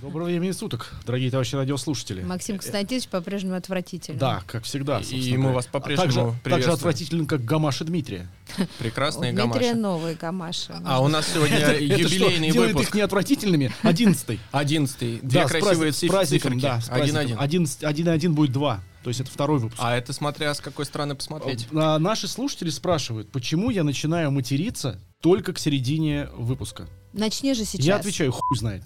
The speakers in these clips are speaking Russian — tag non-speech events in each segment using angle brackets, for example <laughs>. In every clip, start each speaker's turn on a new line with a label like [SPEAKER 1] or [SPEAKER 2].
[SPEAKER 1] Доброго времени суток, дорогие товарищи радиослушатели.
[SPEAKER 2] <laughs> Максим Константинович по-прежнему отвратителен.
[SPEAKER 1] Да, как всегда.
[SPEAKER 3] И-
[SPEAKER 1] собственно
[SPEAKER 3] и мы
[SPEAKER 1] говоря.
[SPEAKER 3] вас
[SPEAKER 1] А
[SPEAKER 3] по-прежнему
[SPEAKER 1] также, так же
[SPEAKER 3] приветствуем.
[SPEAKER 1] отвратителен, как Гамаша Дмитрия.
[SPEAKER 2] У
[SPEAKER 3] Прекрасные
[SPEAKER 2] Дмитрия
[SPEAKER 3] гамаши.
[SPEAKER 2] новые гамаши.
[SPEAKER 3] А у нас сегодня
[SPEAKER 1] Это что,
[SPEAKER 3] юбилейный
[SPEAKER 1] делает их
[SPEAKER 3] выпуск.
[SPEAKER 1] неотвратительными? Одиннадцатый.
[SPEAKER 3] Одиннадцатый. Две
[SPEAKER 1] Да, с
[SPEAKER 3] красивые
[SPEAKER 1] праздник- с
[SPEAKER 3] циф-
[SPEAKER 1] праздником,
[SPEAKER 3] циферки.
[SPEAKER 1] да, с праздником.
[SPEAKER 3] Один-один.
[SPEAKER 1] Одиннадцать- Один-один будет два. То есть это второй выпуск.
[SPEAKER 3] А это смотря с какой стороны посмотреть.
[SPEAKER 1] А, Наши слушатели спрашивают, почему я начинаю материться только к середине выпуска.
[SPEAKER 2] Начни же сейчас.
[SPEAKER 1] Я отвечаю, хуй знает.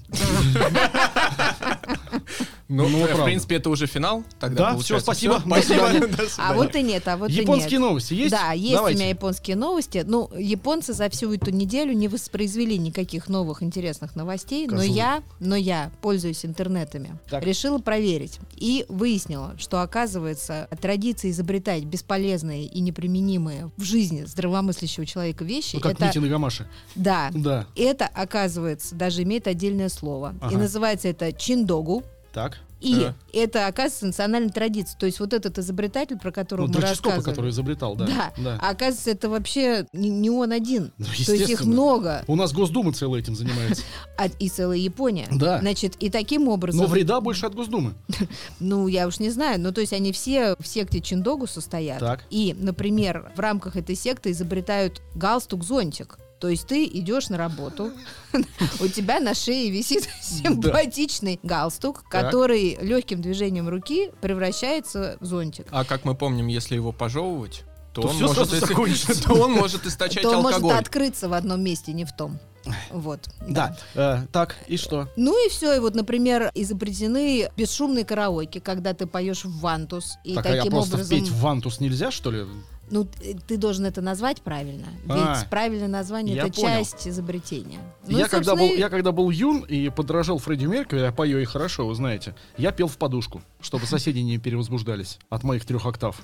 [SPEAKER 3] Ну,
[SPEAKER 1] Ну,
[SPEAKER 3] в
[SPEAKER 1] правда.
[SPEAKER 3] принципе, это уже финал. Тогда
[SPEAKER 1] Да, все,
[SPEAKER 3] получается.
[SPEAKER 1] спасибо.
[SPEAKER 3] Всё.
[SPEAKER 1] спасибо.
[SPEAKER 2] А вот и нет, а вот и
[SPEAKER 1] Японские
[SPEAKER 2] нет.
[SPEAKER 1] новости есть?
[SPEAKER 2] Да, есть
[SPEAKER 1] Давайте.
[SPEAKER 2] у меня японские новости. Ну, японцы за всю эту неделю не воспроизвели никаких новых интересных новостей,
[SPEAKER 1] Козлы.
[SPEAKER 2] но я, но я пользуюсь интернетами.
[SPEAKER 1] Так.
[SPEAKER 2] Решила проверить и выяснила, что оказывается традиция изобретать бесполезные и неприменимые в жизни здравомыслящего человека вещи.
[SPEAKER 1] Ну, как
[SPEAKER 2] это
[SPEAKER 1] нити на гамаше.
[SPEAKER 2] да,
[SPEAKER 1] Да.
[SPEAKER 2] это оказывается даже имеет отдельное слово
[SPEAKER 1] Ага.
[SPEAKER 2] и называется это чиндогу.
[SPEAKER 1] Так.
[SPEAKER 2] И
[SPEAKER 3] Да.
[SPEAKER 2] это оказывается национальной традицией. То есть вот этот изобретатель, про которого
[SPEAKER 1] Ну,
[SPEAKER 2] мы
[SPEAKER 1] Дроческопа,
[SPEAKER 2] рассказывали.
[SPEAKER 1] который изобретал, да.
[SPEAKER 2] Да. А оказывается, это вообще не, не он один.
[SPEAKER 1] Ну,
[SPEAKER 2] То есть их
[SPEAKER 1] естественно.
[SPEAKER 2] много,
[SPEAKER 1] У нас Госдума целая этим
[SPEAKER 2] <laughs>
[SPEAKER 1] занимается.
[SPEAKER 2] а- и целая Япония.
[SPEAKER 1] Да.
[SPEAKER 2] Значит, и таким образом,
[SPEAKER 1] Но вреда больше от Госдумы.
[SPEAKER 2] ну, я уж не знаю, ну, то есть они все в секте Чиндогу состоят.
[SPEAKER 1] Так.
[SPEAKER 2] И, например, в рамках этой секты изобретают галстук-зонтик. То есть ты идешь на работу, <laughs> у тебя на
[SPEAKER 1] <laughs>
[SPEAKER 2] шее висит симпатичный галстук,
[SPEAKER 1] Так.
[SPEAKER 2] который легким движением руки превращается в зонтик.
[SPEAKER 3] <laughs> А как мы помним, если его пожевывать, то,
[SPEAKER 1] То
[SPEAKER 3] он,
[SPEAKER 1] всё
[SPEAKER 3] может,
[SPEAKER 1] сразу
[SPEAKER 3] ис-
[SPEAKER 1] закончится.
[SPEAKER 3] <laughs> то он может источать
[SPEAKER 2] То он может
[SPEAKER 3] алкоголь.
[SPEAKER 2] открыться в одном месте, не в том. Вот.
[SPEAKER 1] Да. Э, Так, и что?
[SPEAKER 2] Ну и все. И вот, например, изобретены бесшумные караоки, когда ты поешь в вантус. И
[SPEAKER 1] Так, а я
[SPEAKER 2] таким
[SPEAKER 1] просто
[SPEAKER 2] образом...
[SPEAKER 1] петь в вантус нельзя, что ли?
[SPEAKER 2] Ну, т- ты должен это назвать правильно. Ведь
[SPEAKER 1] А,
[SPEAKER 2] правильное название
[SPEAKER 1] я
[SPEAKER 2] это
[SPEAKER 1] понял.
[SPEAKER 2] часть изобретения. Ну, и,
[SPEAKER 1] я, когда
[SPEAKER 2] собственно,
[SPEAKER 1] был,
[SPEAKER 2] и-
[SPEAKER 1] я когда был юн и подражал Фредди Меркьюри, я пою и хорошо, вы знаете, я пел в подушку, чтобы соседи не перевозбуждались от моих трех октав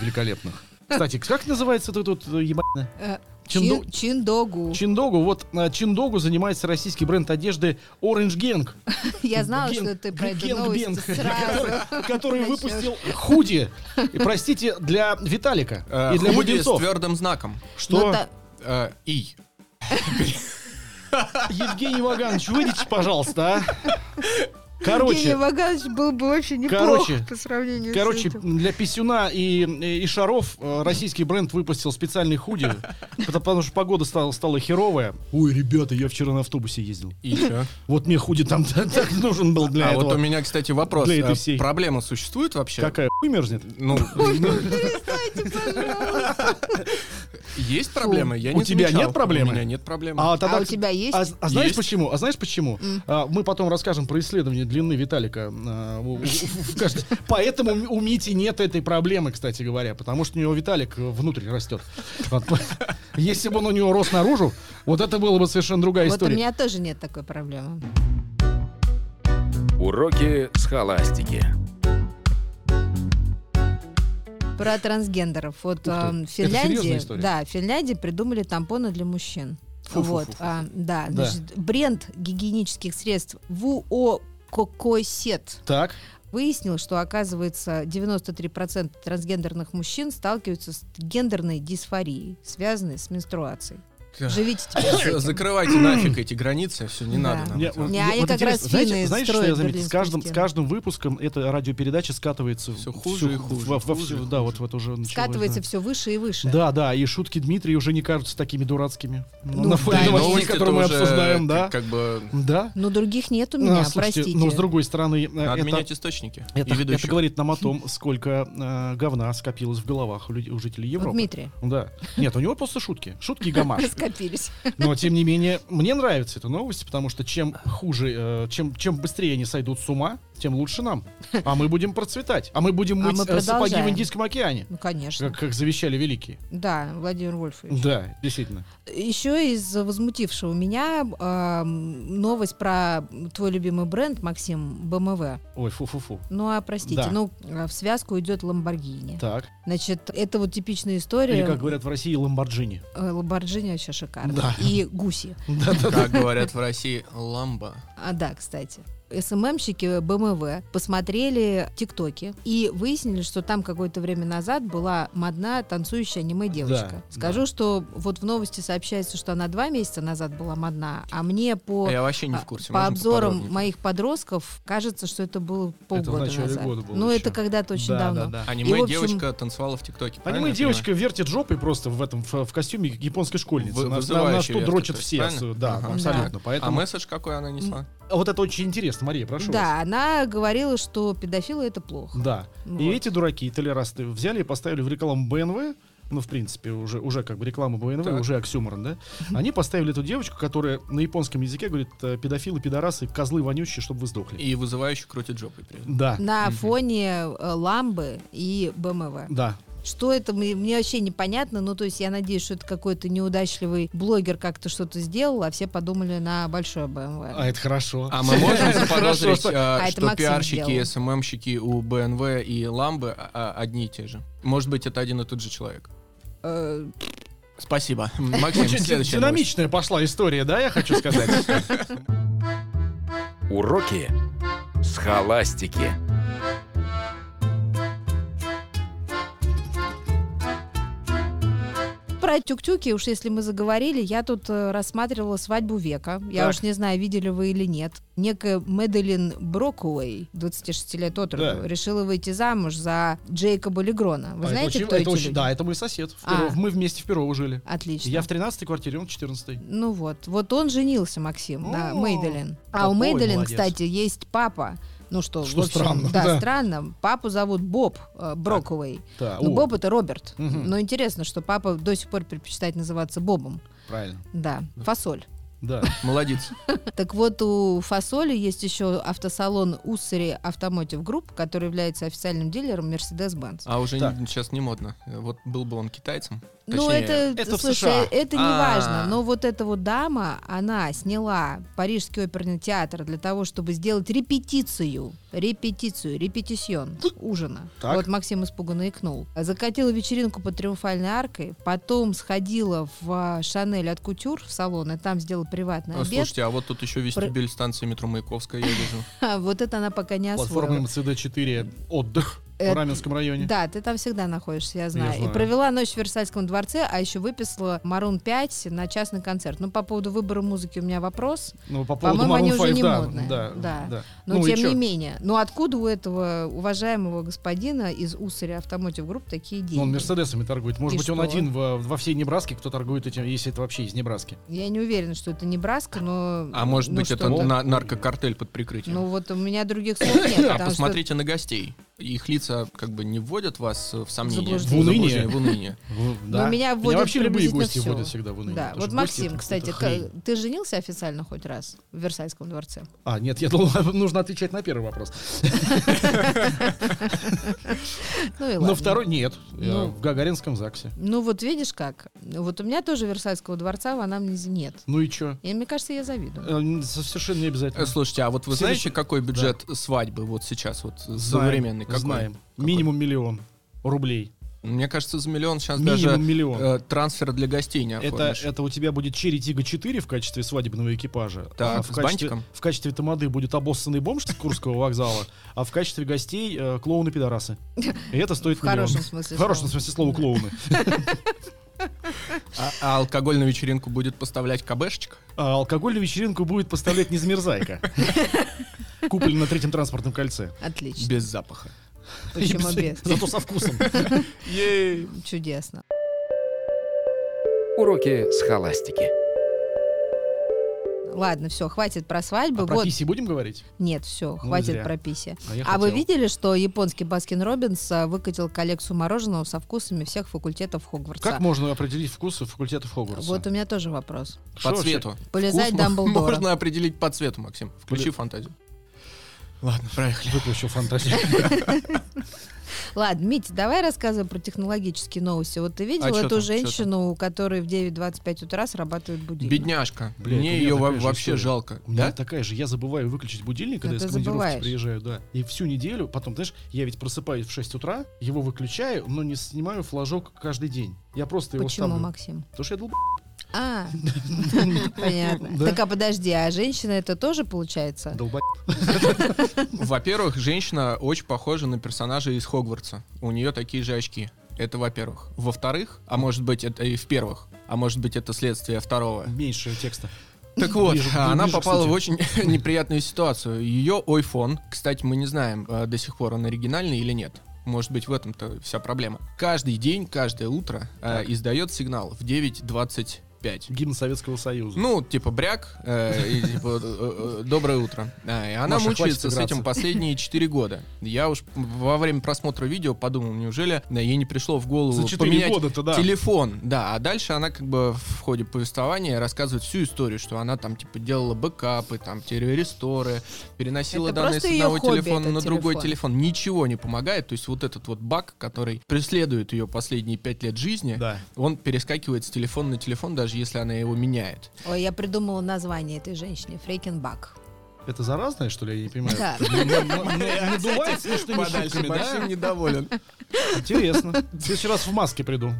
[SPEAKER 1] великолепных. Кстати, как называется тут, тут ебаная?
[SPEAKER 2] э,
[SPEAKER 1] Чинду-
[SPEAKER 2] чин- Чиндогу.
[SPEAKER 1] Чиндогу. Вот а, Чиндогу занимается российский бренд одежды Orange Gang.
[SPEAKER 2] <laughs> Я знала,
[SPEAKER 1] Генг-
[SPEAKER 2] что ты про эту
[SPEAKER 1] Генг Бенг,
[SPEAKER 2] новость сразу.
[SPEAKER 1] который- который выпустил худи. И, простите, для Виталика
[SPEAKER 3] Э,
[SPEAKER 1] и для
[SPEAKER 3] худи с
[SPEAKER 1] Буденцов.
[SPEAKER 3] твердым знаком.
[SPEAKER 2] Ну,
[SPEAKER 1] Что?
[SPEAKER 2] та-
[SPEAKER 3] Э, И.
[SPEAKER 1] Евгений Ваганович, выйдите, пожалуйста, а.
[SPEAKER 2] Евгений
[SPEAKER 1] Короче,
[SPEAKER 2] Ваганович был бы вообще неплох
[SPEAKER 1] Короче,
[SPEAKER 2] по сравнению
[SPEAKER 1] короче,
[SPEAKER 2] с этим.
[SPEAKER 1] для писюна и, и шаров э, российский бренд выпустил специальный худи, потому, потому что погода стала, стала херовая. Ой, ребята, я вчера на автобусе ездил.
[SPEAKER 3] И чё?
[SPEAKER 1] Вот мне худи там <laughs> так, так нужен был для
[SPEAKER 3] а
[SPEAKER 1] этого.
[SPEAKER 3] вот у меня, кстати, вопрос.
[SPEAKER 1] Для этой
[SPEAKER 3] Э,
[SPEAKER 1] всей.
[SPEAKER 3] Проблема существует вообще?
[SPEAKER 1] Какая хуй мерзнет?
[SPEAKER 3] Ну,
[SPEAKER 2] Перестаньте, пожалуйста.
[SPEAKER 3] есть проблемы? Я не
[SPEAKER 1] У тебя
[SPEAKER 3] замечал.
[SPEAKER 1] нет проблемы?
[SPEAKER 3] У меня нет проблемы.
[SPEAKER 1] А,
[SPEAKER 2] А у тебя есть?
[SPEAKER 1] А, а знаешь
[SPEAKER 3] Есть.
[SPEAKER 1] почему? А знаешь почему?
[SPEAKER 2] М.
[SPEAKER 1] А, мы потом расскажем про исследование длины Виталика. а, у- у- в каждой- Поэтому у Мити нет этой проблемы, кстати говоря, потому что у него Виталик э, внутрь растет. Вот. <laughs> Если бы он у него рос наружу, вот это было бы совершенно другая
[SPEAKER 2] Вот у
[SPEAKER 1] история.
[SPEAKER 2] меня тоже нет такой проблемы.
[SPEAKER 4] Уроки схоластики.
[SPEAKER 2] Про трансгендеров. Вот
[SPEAKER 1] ты.
[SPEAKER 2] эм, в
[SPEAKER 1] Это серьезная
[SPEAKER 2] Финляндии,
[SPEAKER 1] история?
[SPEAKER 2] да, в Финляндии придумали тампоны для мужчин.
[SPEAKER 1] Фу-фу-фу-фу.
[SPEAKER 2] вот, а, да,
[SPEAKER 1] Да.
[SPEAKER 2] значит, бренд гигиенических средств ВО Кокосет
[SPEAKER 1] Так,
[SPEAKER 2] выяснил, что, оказывается, 93% трансгендерных мужчин сталкиваются с гендерной дисфорией, связанной с менструацией.
[SPEAKER 3] Эх.
[SPEAKER 2] Живите теперь с
[SPEAKER 3] Всё,
[SPEAKER 2] этим.
[SPEAKER 3] Закрывайте нафиг эти границы, все, не
[SPEAKER 2] Да.
[SPEAKER 3] надо нам.
[SPEAKER 1] Я-
[SPEAKER 3] этого.
[SPEAKER 2] Не, а
[SPEAKER 1] вот
[SPEAKER 2] я как раз
[SPEAKER 1] интересно, знаете,
[SPEAKER 2] финны
[SPEAKER 1] знаете, что я
[SPEAKER 2] строят
[SPEAKER 1] заметил? С
[SPEAKER 2] Берлинскую
[SPEAKER 1] каждым, с
[SPEAKER 2] стену.
[SPEAKER 1] каждым выпуском эта радиопередача скатывается
[SPEAKER 3] Всё
[SPEAKER 1] в-
[SPEAKER 3] хуже и
[SPEAKER 1] в-
[SPEAKER 3] хуже,
[SPEAKER 1] во- во
[SPEAKER 3] хуже
[SPEAKER 1] всё-
[SPEAKER 3] и
[SPEAKER 1] да,
[SPEAKER 3] хуже.
[SPEAKER 1] вот вот уже началось,
[SPEAKER 2] Скатывается
[SPEAKER 1] да.
[SPEAKER 2] все выше и выше.
[SPEAKER 1] Да, да, и шутки Дмитрия уже не кажутся такими дурацкими. Ну,
[SPEAKER 2] Ну,
[SPEAKER 1] на
[SPEAKER 3] Да,
[SPEAKER 1] фоне
[SPEAKER 3] и
[SPEAKER 1] новостей,
[SPEAKER 3] новости-то
[SPEAKER 1] которые мы
[SPEAKER 3] уже
[SPEAKER 1] обсуждаем, да.
[SPEAKER 3] Как, как бы
[SPEAKER 1] Да.
[SPEAKER 2] Но других нет у меня,
[SPEAKER 1] А, слушайте,
[SPEAKER 2] простите.
[SPEAKER 1] Но с другой стороны, э,
[SPEAKER 3] надо
[SPEAKER 1] это,
[SPEAKER 3] менять источники
[SPEAKER 1] это-
[SPEAKER 3] и ведущих.
[SPEAKER 1] это говорит нам о том, сколько э, говна скопилось в головах у, люд- у жителей
[SPEAKER 2] Вот
[SPEAKER 1] Европы.
[SPEAKER 2] Дмитрий, <laughs>
[SPEAKER 1] Да. Нет, у него просто шутки. Шутки и гамаш.
[SPEAKER 2] раскопились.
[SPEAKER 1] Но тем не менее, мне нравится эта новость, потому что чем хуже, э, чем, чем быстрее они сойдут с ума, тем лучше нам. А мы будем процветать. А мы будем
[SPEAKER 2] А
[SPEAKER 1] мыть
[SPEAKER 2] мы
[SPEAKER 1] э, сапоги в
[SPEAKER 2] продолжаем.
[SPEAKER 1] Индийском океане.
[SPEAKER 2] Ну, конечно.
[SPEAKER 1] Как, как завещали великие.
[SPEAKER 2] Да, Владимир Вольфович.
[SPEAKER 1] Да, действительно.
[SPEAKER 2] Еще из возмутившего меня эм, новость про твой любимый бренд, Максим, БМВ.
[SPEAKER 1] Ой, фу-фу-фу.
[SPEAKER 2] Ну, а простите,
[SPEAKER 1] Да.
[SPEAKER 2] ну, э, в связку идет Ламборгини.
[SPEAKER 1] Так.
[SPEAKER 2] Значит, это вот типичная
[SPEAKER 1] Или,
[SPEAKER 2] история.
[SPEAKER 1] как говорят в России, ламборджини.
[SPEAKER 2] Э, Ламборгини вообще шикарно.
[SPEAKER 1] Да.
[SPEAKER 2] И гуси.
[SPEAKER 3] Как говорят в России, ламба.
[SPEAKER 2] А, да, кстати. СММщики БМВ посмотрели ТикТоки и выяснили, что там какое-то время назад была модна танцующая аниме девочка.
[SPEAKER 1] Да,
[SPEAKER 2] Скажу, что вот в новости сообщается, что она два месяца назад была модна, а мне по,
[SPEAKER 3] Я вообще не
[SPEAKER 2] а,
[SPEAKER 3] в курсе.
[SPEAKER 2] по
[SPEAKER 3] можно
[SPEAKER 2] обзорам
[SPEAKER 3] поподробнее?
[SPEAKER 2] моих подростков кажется, что это было полгода
[SPEAKER 1] начале
[SPEAKER 2] назад.
[SPEAKER 1] года было
[SPEAKER 2] ну,
[SPEAKER 1] еще.
[SPEAKER 2] это когда-то очень
[SPEAKER 1] Да,
[SPEAKER 2] давно.
[SPEAKER 1] да, да.
[SPEAKER 2] И, в
[SPEAKER 3] Аниме
[SPEAKER 2] общем-
[SPEAKER 3] девочка танцевала в ТикТоке. правильно
[SPEAKER 1] Аниме
[SPEAKER 3] я
[SPEAKER 1] девочка вертит жопой просто в этом в, в костюме японской школьницы.
[SPEAKER 3] Вы-
[SPEAKER 1] на, на, на
[SPEAKER 3] вызывающе
[SPEAKER 1] что
[SPEAKER 3] вертит,
[SPEAKER 1] дрочат
[SPEAKER 3] то есть,
[SPEAKER 1] все.
[SPEAKER 3] правильно?
[SPEAKER 1] Да,
[SPEAKER 3] Ага.
[SPEAKER 1] абсолютно.
[SPEAKER 3] Да. понимаю?
[SPEAKER 1] Поэтому
[SPEAKER 3] А месседж какой она несла?
[SPEAKER 1] А вот это очень интересно, Мария, прошу вас.
[SPEAKER 2] Да, она говорила, что педофилы это плохо.
[SPEAKER 1] Да.
[SPEAKER 2] Вот.
[SPEAKER 1] И эти дураки, толерасты, взяли и поставили в рекламу БНВ, ну, в принципе, уже, уже как бы реклама БНВ,
[SPEAKER 3] Так.
[SPEAKER 1] уже оксюморон, да? Они поставили эту девочку, которая на японском языке говорит э, педофилы, пидорасы, козлы вонючие, чтобы вы сдохли.
[SPEAKER 3] И вызывающе крутит жопой при этом.
[SPEAKER 1] Да,
[SPEAKER 2] На
[SPEAKER 3] Мгм.
[SPEAKER 2] фоне э, ламбы и БМВ.
[SPEAKER 1] да.
[SPEAKER 2] Что это, мне, мне вообще непонятно. Ну, то есть я надеюсь, что это какой-то неудачливый блогер как-то что-то сделал, а все подумали на большое эм БМВ.
[SPEAKER 1] А это хорошо.
[SPEAKER 3] А
[SPEAKER 1] <laughs>
[SPEAKER 3] мы можем заподозрить,
[SPEAKER 1] что-
[SPEAKER 3] а,
[SPEAKER 2] А это
[SPEAKER 3] что
[SPEAKER 2] Максим
[SPEAKER 3] пиарщики и
[SPEAKER 2] сделал.
[SPEAKER 3] СММщики у БНВ и Ламбы а, а, одни и те же. Может быть, это один и тот же человек.
[SPEAKER 2] Э,
[SPEAKER 3] Спасибо.
[SPEAKER 2] ну,
[SPEAKER 3] Максим,
[SPEAKER 1] Очень ди-
[SPEAKER 3] следующая новость.
[SPEAKER 1] динамичная пошла история, да, я хочу сказать.
[SPEAKER 4] Уроки схоластики.
[SPEAKER 2] Про тюк-тюки, уж если мы заговорили, я тут э, рассматривала свадьбу века. Я
[SPEAKER 1] Так.
[SPEAKER 2] уж не знаю, видели вы или нет. Некая Мэдалин Брокуэй, 26 лет от роду,
[SPEAKER 1] Да. А
[SPEAKER 2] решила выйти замуж за Джейкоба Легрона. Вы знаете,
[SPEAKER 1] очень-
[SPEAKER 2] кто эти
[SPEAKER 1] очень-
[SPEAKER 2] люди?
[SPEAKER 1] Да, это мой сосед. В
[SPEAKER 2] А.
[SPEAKER 1] Перово. Мы вместе в Перово жили.
[SPEAKER 2] Отлично.
[SPEAKER 1] Я в 13-й квартире, он в 14-й.
[SPEAKER 2] Ну вот, вот он женился, Максим, на
[SPEAKER 1] О,
[SPEAKER 2] Мейделин. А у
[SPEAKER 1] какой
[SPEAKER 2] Мейделин,
[SPEAKER 1] молодец.
[SPEAKER 2] кстати, есть папа. Ну что, в
[SPEAKER 1] Что
[SPEAKER 2] общем,
[SPEAKER 1] странно,
[SPEAKER 2] Да,
[SPEAKER 1] да.
[SPEAKER 2] странно. Папу зовут Боб э, Брокуэй.
[SPEAKER 1] Да,
[SPEAKER 2] Ну,
[SPEAKER 1] о,
[SPEAKER 2] Боб это Роберт.
[SPEAKER 1] А Мгм.
[SPEAKER 2] Но интересно, что папа до сих пор предпочитает называться Бобом.
[SPEAKER 1] Правильно.
[SPEAKER 2] Да, фасоль. <laughs>
[SPEAKER 1] Да.
[SPEAKER 3] Молодец.
[SPEAKER 2] Так вот, у Фасоли есть еще автосалон Уссери Automotive Group, который является официальным дилером Mercedes-Benz.
[SPEAKER 3] А уже
[SPEAKER 1] Так.
[SPEAKER 3] не- сейчас не модно. Вот был бы он китайцем.
[SPEAKER 2] Ну,
[SPEAKER 3] Точнее, э,
[SPEAKER 2] это,
[SPEAKER 1] это в
[SPEAKER 2] слушай,
[SPEAKER 1] США.
[SPEAKER 2] это не
[SPEAKER 3] А.
[SPEAKER 2] важно. Но вот эта вот дама, она сняла Парижский оперный театр для того, чтобы сделать репетицию. Репетицию, репетисьон ужина.
[SPEAKER 1] Так.
[SPEAKER 2] Вот Максим испуганно икнул. Закатила вечеринку под триумфальной аркой, потом сходила в а, Шанель от Кутюр в салон, и там сделала приватный
[SPEAKER 3] А,
[SPEAKER 2] обед.
[SPEAKER 3] Слушайте, а вот тут еще вестибюль станции метро Маяковская,
[SPEAKER 2] <laughs>
[SPEAKER 3] я вижу.
[SPEAKER 2] А Вот это она пока не
[SPEAKER 1] Платформа
[SPEAKER 2] освоила.
[SPEAKER 1] МЦД-4 «Отдых» в
[SPEAKER 2] Это-
[SPEAKER 1] Раменском районе.
[SPEAKER 2] Да, ты там всегда находишься, я знаю.
[SPEAKER 1] знаю.
[SPEAKER 2] И провела ночь в Версальском дворце, а еще выписала Марун 5 на частный концерт. Ну, по поводу выбора музыки у меня вопрос.
[SPEAKER 1] Ну, по поводу
[SPEAKER 2] По-моему, они
[SPEAKER 1] Maroon
[SPEAKER 2] уже
[SPEAKER 1] 5,
[SPEAKER 2] не
[SPEAKER 1] да,
[SPEAKER 2] модные.
[SPEAKER 1] Да,
[SPEAKER 2] Да.
[SPEAKER 1] да.
[SPEAKER 2] Но
[SPEAKER 1] Ну и
[SPEAKER 2] тем
[SPEAKER 1] чё?
[SPEAKER 2] не менее. Ну, откуда у этого уважаемого господина из Усаря Автомотив Групп такие деньги?
[SPEAKER 1] Ну, он мерседесами торгует. Может
[SPEAKER 2] И
[SPEAKER 1] быть, он
[SPEAKER 2] что?
[SPEAKER 1] один во, во всей Небраске, кто торгует этим, если это вообще из Небраски.
[SPEAKER 2] Я не уверена, что это Небраска, но...
[SPEAKER 3] А может
[SPEAKER 2] ну,
[SPEAKER 3] быть, это
[SPEAKER 2] что-то.
[SPEAKER 3] на- наркокартель под прикрытием.
[SPEAKER 2] Ну, вот у меня других слов нет.
[SPEAKER 3] А
[SPEAKER 2] потому что-
[SPEAKER 3] посмотрите на гостей. Их лица как бы не вводят вас э, в сомнение.
[SPEAKER 2] заблуждение.
[SPEAKER 1] В уныние.
[SPEAKER 3] В уныние.
[SPEAKER 1] Да.
[SPEAKER 2] Ну, меня вводят
[SPEAKER 1] вообще любые
[SPEAKER 2] приблизительно
[SPEAKER 1] гости
[SPEAKER 2] всё.
[SPEAKER 1] вводят всегда в уныние.
[SPEAKER 2] Да,
[SPEAKER 1] потому
[SPEAKER 2] вот
[SPEAKER 1] что гости
[SPEAKER 2] Максим,
[SPEAKER 1] это
[SPEAKER 2] кстати,
[SPEAKER 1] какая-то хрень.
[SPEAKER 2] ка- ты женился официально хоть раз в Версальском дворце?
[SPEAKER 1] А, нет, я думал, <laughs> нужно отвечать на первый вопрос.
[SPEAKER 2] Ну и ладно.
[SPEAKER 1] На второй нет. Я
[SPEAKER 2] Ну.
[SPEAKER 1] в Гагаринском ЗАГСе.
[SPEAKER 2] Ну вот видишь как. Вот у меня тоже Версальского дворца в Анамнезе нет.
[SPEAKER 1] Ну и чё?
[SPEAKER 2] И мне кажется, я завидую.
[SPEAKER 1] Э, н- со- Совершенно не
[SPEAKER 3] Э,
[SPEAKER 1] обязательно.
[SPEAKER 3] Слушайте, а вот вы
[SPEAKER 1] Следующий-
[SPEAKER 3] знаете, какой бюджет свадьбы вот сейчас, вот э,
[SPEAKER 1] Знаем,
[SPEAKER 3] современный? Какой?
[SPEAKER 1] Знаем.
[SPEAKER 3] Какой?
[SPEAKER 1] Минимум миллион рублей.
[SPEAKER 3] Мне кажется, за миллион сейчас даже
[SPEAKER 1] Минимум миллион.
[SPEAKER 3] э, трансфер для гостей не
[SPEAKER 1] Это,
[SPEAKER 3] оформишь.
[SPEAKER 1] это у тебя будет Черри Тига 4 в качестве свадебного экипажа.
[SPEAKER 3] Так,
[SPEAKER 1] а
[SPEAKER 3] с
[SPEAKER 1] в, качестве,
[SPEAKER 3] бантиком?
[SPEAKER 1] в качестве тамады будет обоссанный бомж с Курского вокзала, а в качестве гостей э, клоуны-пидорасы. И это стоит
[SPEAKER 2] <laughs> В
[SPEAKER 1] миллион.
[SPEAKER 2] хорошем смысле
[SPEAKER 1] В хорошем
[SPEAKER 2] слова.
[SPEAKER 1] смысле слова
[SPEAKER 2] Да.
[SPEAKER 1] клоуны.
[SPEAKER 3] А, а алкоголь на вечеринку будет поставлять КБшечка?
[SPEAKER 1] А алкогольную вечеринку будет поставлять
[SPEAKER 2] <laughs>
[SPEAKER 1] Незамерзайка. Куплен на третьем транспортном кольце.
[SPEAKER 2] Отлично.
[SPEAKER 3] Без запаха.
[SPEAKER 2] Почему без?
[SPEAKER 1] <laughs> Зато со вкусом. Ну.
[SPEAKER 2] Чудесно.
[SPEAKER 4] Уроки схоластики.
[SPEAKER 2] Ладно, все, хватит про свадьбы.
[SPEAKER 1] А про
[SPEAKER 2] вот.
[SPEAKER 1] писи будем говорить?
[SPEAKER 2] Нет, все, хватит
[SPEAKER 1] зря.
[SPEAKER 2] про писи.
[SPEAKER 1] я
[SPEAKER 2] А вы
[SPEAKER 1] хотел.
[SPEAKER 2] видели, что японский Баскин Робинс а, выкатил коллекцию мороженого со вкусами всех факультетов Хогвартса?
[SPEAKER 1] Как можно определить вкусы факультетов Хогвартса?
[SPEAKER 2] Вот у меня тоже вопрос.
[SPEAKER 1] Что
[SPEAKER 3] По
[SPEAKER 1] вообще?
[SPEAKER 3] цвету.
[SPEAKER 2] Полезать
[SPEAKER 3] Вкус мо-
[SPEAKER 2] Дамблдора.
[SPEAKER 3] <laughs> Можно определить по цвету, Максим. Включи фантазию. Ладно, проехали.
[SPEAKER 1] Выключил фантазию.
[SPEAKER 2] <laughs> Ладно, Митя, давай рассказывай про технологические новости. Вот ты
[SPEAKER 3] А
[SPEAKER 2] видел
[SPEAKER 3] чё
[SPEAKER 2] эту
[SPEAKER 3] там, чё там?
[SPEAKER 2] женщину, у которой в 9.25 утра срабатывает будильник?
[SPEAKER 3] Бедняжка.
[SPEAKER 1] Блин, у
[SPEAKER 3] Мне
[SPEAKER 1] меня
[SPEAKER 3] ее
[SPEAKER 1] такая
[SPEAKER 3] во-
[SPEAKER 1] же
[SPEAKER 3] вообще
[SPEAKER 1] история.
[SPEAKER 3] жалко.
[SPEAKER 1] У меня
[SPEAKER 3] Да?
[SPEAKER 1] такая же. Я забываю выключить будильник, когда
[SPEAKER 2] Да,
[SPEAKER 1] я
[SPEAKER 2] ты
[SPEAKER 1] с командировки
[SPEAKER 2] забываешь.
[SPEAKER 1] приезжаю, да. И всю неделю, потом, знаешь, я ведь просыпаюсь в 6 утра, его выключаю, но не снимаю флажок каждый день. Я просто его
[SPEAKER 2] Почему,
[SPEAKER 1] ставлю.
[SPEAKER 2] Максим?
[SPEAKER 1] Потому что я долб***. <laughs>
[SPEAKER 2] А, понятно.
[SPEAKER 1] Да.
[SPEAKER 2] Так, а подожди, а женщина это тоже получается?
[SPEAKER 1] Долбоеб.
[SPEAKER 3] Во-первых, женщина очень похожа на персонажа из Хогвартса. У нее такие же очки. Это во-первых. Во-вторых, а может быть, это и в-первых, а может быть, это следствие второго.
[SPEAKER 1] Меньше текста.
[SPEAKER 3] Так вот,
[SPEAKER 1] Ближе,
[SPEAKER 3] а она
[SPEAKER 1] ближе,
[SPEAKER 3] попала
[SPEAKER 1] кстати.
[SPEAKER 3] в очень <laughs> неприятную ситуацию. Ее iPhone, кстати, мы не знаем э, до сих пор, он оригинальный или нет. Может быть, в этом-то вся проблема. Каждый день, каждое утро э, издает сигнал в 9.25.
[SPEAKER 1] Гимн Советского Союза.
[SPEAKER 3] Ну, типа бряк, э, и, типа, э, э, доброе утро. А, и она
[SPEAKER 1] Маша,
[SPEAKER 3] мучается
[SPEAKER 1] хватит
[SPEAKER 3] с
[SPEAKER 1] играться.
[SPEAKER 3] этим последние 4 года. Я уж во время просмотра видео подумал, неужели да, ей не пришло в голову
[SPEAKER 1] За 4
[SPEAKER 3] поменять
[SPEAKER 1] года-то, да.
[SPEAKER 3] телефон. Да, а дальше она как бы в ходе повествования рассказывает всю историю, что она там типа делала бэкапы, там террористоры, переносила
[SPEAKER 2] Это
[SPEAKER 3] данные с
[SPEAKER 2] просто её
[SPEAKER 3] одного
[SPEAKER 2] хобби,
[SPEAKER 3] телефона
[SPEAKER 2] этот
[SPEAKER 3] на другой
[SPEAKER 2] телефон.
[SPEAKER 3] телефон. Ничего не помогает. То есть вот этот вот баг, который преследует ее последние 5 лет жизни,
[SPEAKER 1] Да.
[SPEAKER 3] он перескакивает с телефона на телефон, даже если она
[SPEAKER 1] <laughs>
[SPEAKER 3] его меняет.
[SPEAKER 2] Ой, я придумала название этой женщине. Фрейкенбак.
[SPEAKER 1] Это заразное, что ли, я не понимаю?
[SPEAKER 2] Да.
[SPEAKER 1] ну, Надувает ну, смешными шутками, да?
[SPEAKER 3] <laughs> недоволен.
[SPEAKER 1] Интересно. В следующий раз в маске
[SPEAKER 2] <laughs>
[SPEAKER 1] приду.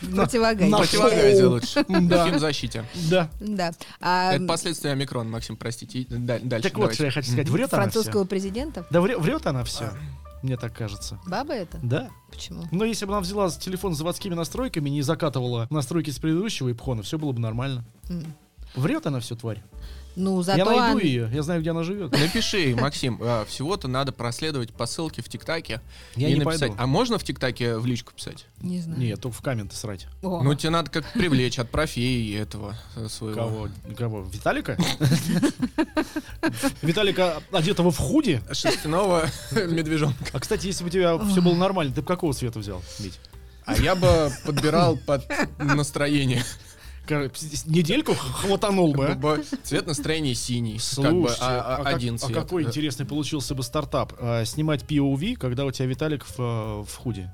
[SPEAKER 2] В
[SPEAKER 1] На-
[SPEAKER 2] противогазе.
[SPEAKER 1] на
[SPEAKER 3] Противогазе
[SPEAKER 1] шоу.
[SPEAKER 3] лучше.
[SPEAKER 1] Да.
[SPEAKER 3] Химзащите.
[SPEAKER 1] Да.
[SPEAKER 2] Да. А,
[SPEAKER 3] Это последствия омикрона, Максим, простите. И да- Дальше.
[SPEAKER 1] Так вот, что я хочу сказать. Врет она все?
[SPEAKER 2] французского президента?
[SPEAKER 1] Да вре- врет она все. Мне так кажется.
[SPEAKER 2] Баба это?
[SPEAKER 1] Да.
[SPEAKER 2] Почему?
[SPEAKER 1] Но если бы она взяла с- телефон с заводскими настройками и не закатывала настройки с предыдущего ипхона, все было бы нормально.
[SPEAKER 2] М.
[SPEAKER 1] Врет она все, тварь.
[SPEAKER 2] Ну, зато...
[SPEAKER 1] я найду
[SPEAKER 2] он-
[SPEAKER 1] ее, я знаю, где она живет.
[SPEAKER 3] Напиши, ей, Максим, а, всего-то надо проследовать по ссылке в ТикТаке
[SPEAKER 1] <laughs> Я
[SPEAKER 3] и
[SPEAKER 1] не
[SPEAKER 3] написать.
[SPEAKER 1] пойду.
[SPEAKER 3] А можно в ТикТаке в личку писать?
[SPEAKER 2] Не знаю.
[SPEAKER 1] Нет, типа, только в комменты срать.
[SPEAKER 2] О.
[SPEAKER 3] Ну, тебе надо как привлечь, отправь ей этого э, своего.
[SPEAKER 1] Кого? Кого? Виталика? <laughs> Виталика, одетого в худи?
[SPEAKER 3] Шерстяного медвежонка.
[SPEAKER 1] А, кстати, если бы у тебя все было нормально, ты бы какого цвета взял, Мить?
[SPEAKER 3] А я бы подбирал под настроение.
[SPEAKER 1] Кор- с- Недельку хватанул бы, а?
[SPEAKER 3] Бо- Цвет настроения синий. как бы,
[SPEAKER 1] Слушайте,
[SPEAKER 3] а- а-
[SPEAKER 1] как-
[SPEAKER 3] один
[SPEAKER 1] а
[SPEAKER 3] цвет.
[SPEAKER 1] какой интересный получился бы стартап? А, Снимать POV, когда у тебя Виталик в, а, в худе.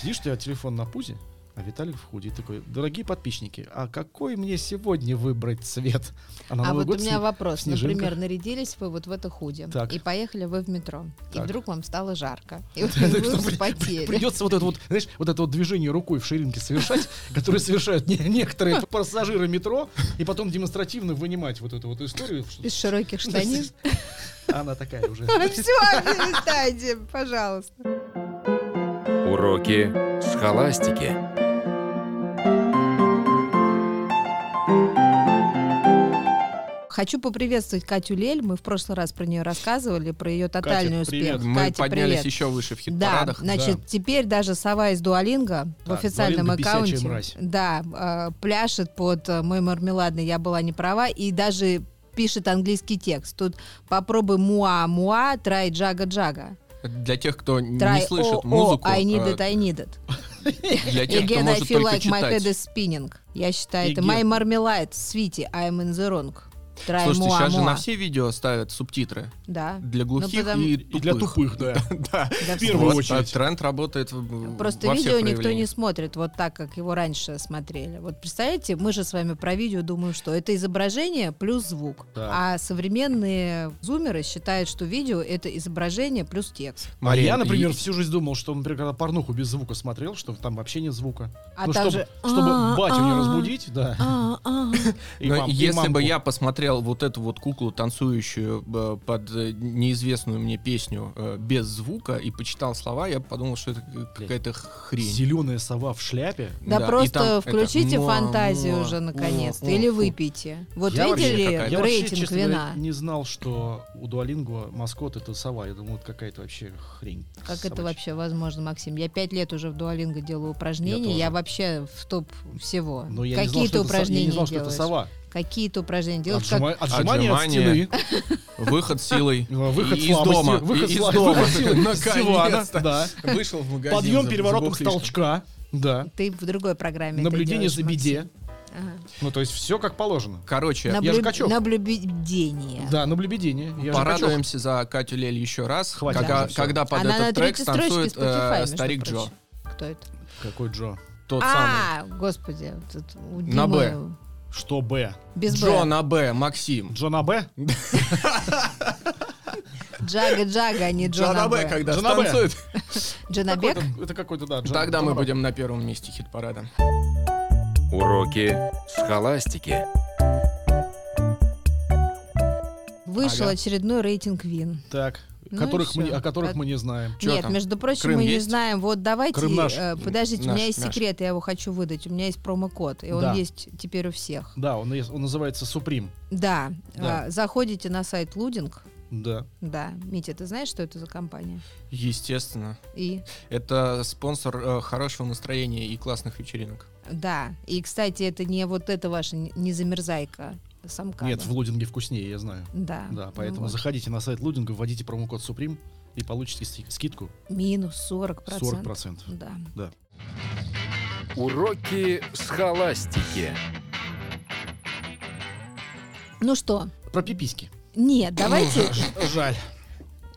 [SPEAKER 1] Сидишь, у тебя телефон на пузе, а Виталик в худе. И такой, дорогие подписчики, а какой мне сегодня выбрать цвет? А на
[SPEAKER 2] а
[SPEAKER 1] Новый
[SPEAKER 2] вот
[SPEAKER 1] год
[SPEAKER 2] у меня
[SPEAKER 1] сни-
[SPEAKER 2] вопрос.
[SPEAKER 1] снежинка.
[SPEAKER 2] Например, нарядились вы вот в это худи,
[SPEAKER 1] Так.
[SPEAKER 2] и поехали вы в метро, и
[SPEAKER 1] Так.
[SPEAKER 2] вдруг вам
[SPEAKER 1] <laughs>
[SPEAKER 2] стало жарко, и
[SPEAKER 1] Так
[SPEAKER 2] вы
[SPEAKER 1] что при- при-
[SPEAKER 2] вспотели.
[SPEAKER 1] Придется вот это вот, знаешь, вот это вот движение рукой в ширинке совершать, <laughs> которое совершают не-
[SPEAKER 2] <laughs>
[SPEAKER 1] некоторые пассажиры метро, и потом демонстративно вынимать вот эту вот историю. что-
[SPEAKER 2] Из широких штанин. <laughs>
[SPEAKER 1] Она такая уже.
[SPEAKER 2] Все, перестаньте, пожалуйста.
[SPEAKER 4] Уроки схоластики.
[SPEAKER 2] Хочу поприветствовать Катю Лель. Мы в прошлый раз про нее рассказывали, про ее тотальный успех.
[SPEAKER 1] привет.
[SPEAKER 3] Мы
[SPEAKER 2] Катя,
[SPEAKER 3] поднялись
[SPEAKER 2] привет.
[SPEAKER 3] еще выше в
[SPEAKER 2] Да,
[SPEAKER 3] хит-парадах.
[SPEAKER 2] значит, теперь даже сова из Дуалинга в
[SPEAKER 1] Да,
[SPEAKER 2] официальном
[SPEAKER 1] Дуолинго
[SPEAKER 2] аккаунте
[SPEAKER 1] бесячая мразь.
[SPEAKER 2] да, э, пляшет под э, мой мармеладный, я была не права, и даже пишет английский текст. Тут попробуй муа-муа, трай джага-джага.
[SPEAKER 3] Для тех, кто
[SPEAKER 2] Трай
[SPEAKER 3] не
[SPEAKER 2] о,
[SPEAKER 3] слышит
[SPEAKER 2] о,
[SPEAKER 3] музыку,
[SPEAKER 2] I need
[SPEAKER 3] э,
[SPEAKER 2] it, I need it.
[SPEAKER 3] для тех, кто
[SPEAKER 2] Again, I
[SPEAKER 3] может
[SPEAKER 2] feel
[SPEAKER 3] только
[SPEAKER 2] like my head
[SPEAKER 3] читать.
[SPEAKER 2] is spinning. Я считаю, это
[SPEAKER 1] Again.
[SPEAKER 2] my marmalade, sweetie, I'm in the wrong. Трай
[SPEAKER 3] Слушайте,
[SPEAKER 2] муа,
[SPEAKER 3] сейчас же
[SPEAKER 2] муа.
[SPEAKER 3] на все видео ставят субтитры
[SPEAKER 2] Да.
[SPEAKER 3] для глухих
[SPEAKER 2] Ну, потому-
[SPEAKER 3] и
[SPEAKER 1] И для тупых, <laughs> да.
[SPEAKER 3] Да.
[SPEAKER 2] Да,
[SPEAKER 1] В первую
[SPEAKER 3] Вот,
[SPEAKER 1] очередь.
[SPEAKER 3] а Тренд работает в-
[SPEAKER 2] Просто
[SPEAKER 3] во всех
[SPEAKER 2] видео никто не
[SPEAKER 3] проявлениях.
[SPEAKER 2] смотрит вот так, как его раньше смотрели. Вот представляете, мы же с вами про видео думаем, что это изображение плюс звук.
[SPEAKER 1] Так.
[SPEAKER 2] А современные зумеры считают, что видео это изображение плюс текст.
[SPEAKER 1] А я,
[SPEAKER 3] Марин,
[SPEAKER 1] например,
[SPEAKER 3] и-
[SPEAKER 1] всю жизнь думал, что, например, когда порнуху без звука смотрел, что там вообще нет звука.
[SPEAKER 2] А
[SPEAKER 1] ну, чтобы,
[SPEAKER 2] там же,
[SPEAKER 1] чтобы
[SPEAKER 2] «А,
[SPEAKER 1] батю не
[SPEAKER 2] а,
[SPEAKER 1] разбудить, да.
[SPEAKER 2] а,
[SPEAKER 1] <laughs>
[SPEAKER 2] а.
[SPEAKER 1] и
[SPEAKER 3] Но
[SPEAKER 1] мам- и
[SPEAKER 3] если
[SPEAKER 1] мамку.
[SPEAKER 3] бы я посмотрел вот эту вот куклу, танцующую э, под э, неизвестную мне песню э, без звука и почитал слова, я бы подумал, что это какая-то хрень.
[SPEAKER 1] Зеленая сова в шляпе.
[SPEAKER 2] Да,
[SPEAKER 3] и
[SPEAKER 2] просто
[SPEAKER 3] там это
[SPEAKER 2] включите
[SPEAKER 3] муа,
[SPEAKER 2] фантазию
[SPEAKER 3] муа,
[SPEAKER 2] уже
[SPEAKER 3] муа,
[SPEAKER 2] наконец-то.
[SPEAKER 3] муа,
[SPEAKER 2] или
[SPEAKER 3] фу.
[SPEAKER 2] выпейте. Вот
[SPEAKER 3] Я вообще
[SPEAKER 2] видели
[SPEAKER 3] какая-то-
[SPEAKER 1] Я вообще,
[SPEAKER 2] рейтинг
[SPEAKER 1] честно
[SPEAKER 2] вина?
[SPEAKER 1] говоря, не знал, что у Дуалингу маскот это сова. Я думал, это какая-то вообще хрень.
[SPEAKER 2] Как это
[SPEAKER 1] собачья.
[SPEAKER 2] вообще возможно, Максим? Я пять лет уже в дуалинго делаю упражнения.
[SPEAKER 1] тоже.
[SPEAKER 2] Я, вообще в топ всего.
[SPEAKER 1] Но я не знал,
[SPEAKER 2] Какие
[SPEAKER 1] что
[SPEAKER 2] то
[SPEAKER 1] это со-
[SPEAKER 2] упражнения
[SPEAKER 1] Я не знал, что это
[SPEAKER 2] делаешь?
[SPEAKER 1] сова.
[SPEAKER 2] Какие то упражнения делаешь? Как
[SPEAKER 1] Отжима- Отжимание от
[SPEAKER 3] Отжимание. <laughs>
[SPEAKER 1] стены. <laughs>
[SPEAKER 3] Выход силой.
[SPEAKER 1] э, Выход
[SPEAKER 3] И- из
[SPEAKER 1] слабости,
[SPEAKER 3] дома.
[SPEAKER 1] <laughs> Выход
[SPEAKER 3] И- из
[SPEAKER 1] сла-
[SPEAKER 3] дома.
[SPEAKER 1] выход силы.
[SPEAKER 3] <laughs> Наконец-то.
[SPEAKER 1] Силана, да.
[SPEAKER 3] Вышел в магазин.
[SPEAKER 1] Подъем
[SPEAKER 3] за-
[SPEAKER 1] переворотом с
[SPEAKER 3] забухлишь там.
[SPEAKER 1] толчка. Да.
[SPEAKER 2] Ты в другой программе. это
[SPEAKER 1] Наблюдение
[SPEAKER 2] делаешь,
[SPEAKER 1] за
[SPEAKER 2] Максим.
[SPEAKER 1] беде.
[SPEAKER 2] Ага.
[SPEAKER 1] Ну, то есть все как положено.
[SPEAKER 3] Короче,
[SPEAKER 1] я же
[SPEAKER 2] Наблю-
[SPEAKER 1] качок.
[SPEAKER 2] Наблюдение.
[SPEAKER 1] Да, наблюдение. Я же качок.
[SPEAKER 3] Порадуемся за Катю Лель еще раз,
[SPEAKER 1] Хватит
[SPEAKER 3] когда,
[SPEAKER 1] уже всё.
[SPEAKER 3] когда под
[SPEAKER 2] Она на
[SPEAKER 3] этот трек
[SPEAKER 2] третьей строчке
[SPEAKER 3] танцует
[SPEAKER 2] Spotify,
[SPEAKER 3] э,
[SPEAKER 2] между
[SPEAKER 3] старик Джо,
[SPEAKER 2] прочим. Кто это?
[SPEAKER 1] Какой Джо?
[SPEAKER 3] тот самый.
[SPEAKER 2] а, господи, тут у Димы
[SPEAKER 3] На «Б».
[SPEAKER 1] Что Б?
[SPEAKER 2] Без
[SPEAKER 3] Джо
[SPEAKER 2] Б.
[SPEAKER 3] на Б, Максим.
[SPEAKER 1] Джона Б?
[SPEAKER 2] Джага Джага, а не
[SPEAKER 3] Джо
[SPEAKER 2] Джона
[SPEAKER 3] на
[SPEAKER 2] Б.
[SPEAKER 3] Б, когда
[SPEAKER 1] Джо на Б.
[SPEAKER 3] танцует.
[SPEAKER 2] Джанабек?
[SPEAKER 1] Это какой-то, да, Джон-
[SPEAKER 3] Тогда мы
[SPEAKER 1] Джон Б.
[SPEAKER 3] будем на первом месте хит-парада.
[SPEAKER 4] Уроки схоластики.
[SPEAKER 2] Вышел
[SPEAKER 3] Ага.
[SPEAKER 2] очередной рейтинг вин.
[SPEAKER 1] Так,
[SPEAKER 2] Ну и
[SPEAKER 1] которых мы,
[SPEAKER 2] всё.
[SPEAKER 1] о которых
[SPEAKER 2] Как-
[SPEAKER 1] мы не знаем.
[SPEAKER 3] Чё
[SPEAKER 2] Нет,
[SPEAKER 3] там?
[SPEAKER 2] между прочим,
[SPEAKER 3] Крым
[SPEAKER 2] мы не
[SPEAKER 3] есть?
[SPEAKER 2] знаем. Вот давайте.
[SPEAKER 1] Крым наш.
[SPEAKER 2] э, подождите, у
[SPEAKER 3] Наш,
[SPEAKER 2] меня есть
[SPEAKER 3] наш.
[SPEAKER 2] секрет, я его хочу выдать. У меня есть промокод, и
[SPEAKER 1] Да.
[SPEAKER 2] он есть теперь у всех.
[SPEAKER 1] Да, он, есть- он называется Supreme.
[SPEAKER 2] Да.
[SPEAKER 1] Да.
[SPEAKER 2] а, заходите на сайт Лудинг.
[SPEAKER 1] Да.
[SPEAKER 2] Да. Митя, ты знаешь, что это за компания?
[SPEAKER 3] Естественно.
[SPEAKER 2] И
[SPEAKER 3] Это спонсор э, хорошего настроения и классных вечеринок.
[SPEAKER 2] да. И кстати, это не вот эта ваша н- не замерзайка самка.
[SPEAKER 1] Нет, в лудинге вкуснее, я знаю.
[SPEAKER 2] Да. Ну
[SPEAKER 1] Да, поэтому
[SPEAKER 2] А, Вот.
[SPEAKER 1] заходите на сайт лудинга, вводите промокод Supreme и получите ски- скидку
[SPEAKER 2] Минус 40 процентов.
[SPEAKER 1] 40%.
[SPEAKER 2] Да.
[SPEAKER 4] Уроки схоластики.
[SPEAKER 2] Ну что?
[SPEAKER 1] Про пиписьки.
[SPEAKER 2] Нет, давайте.
[SPEAKER 1] Жаль.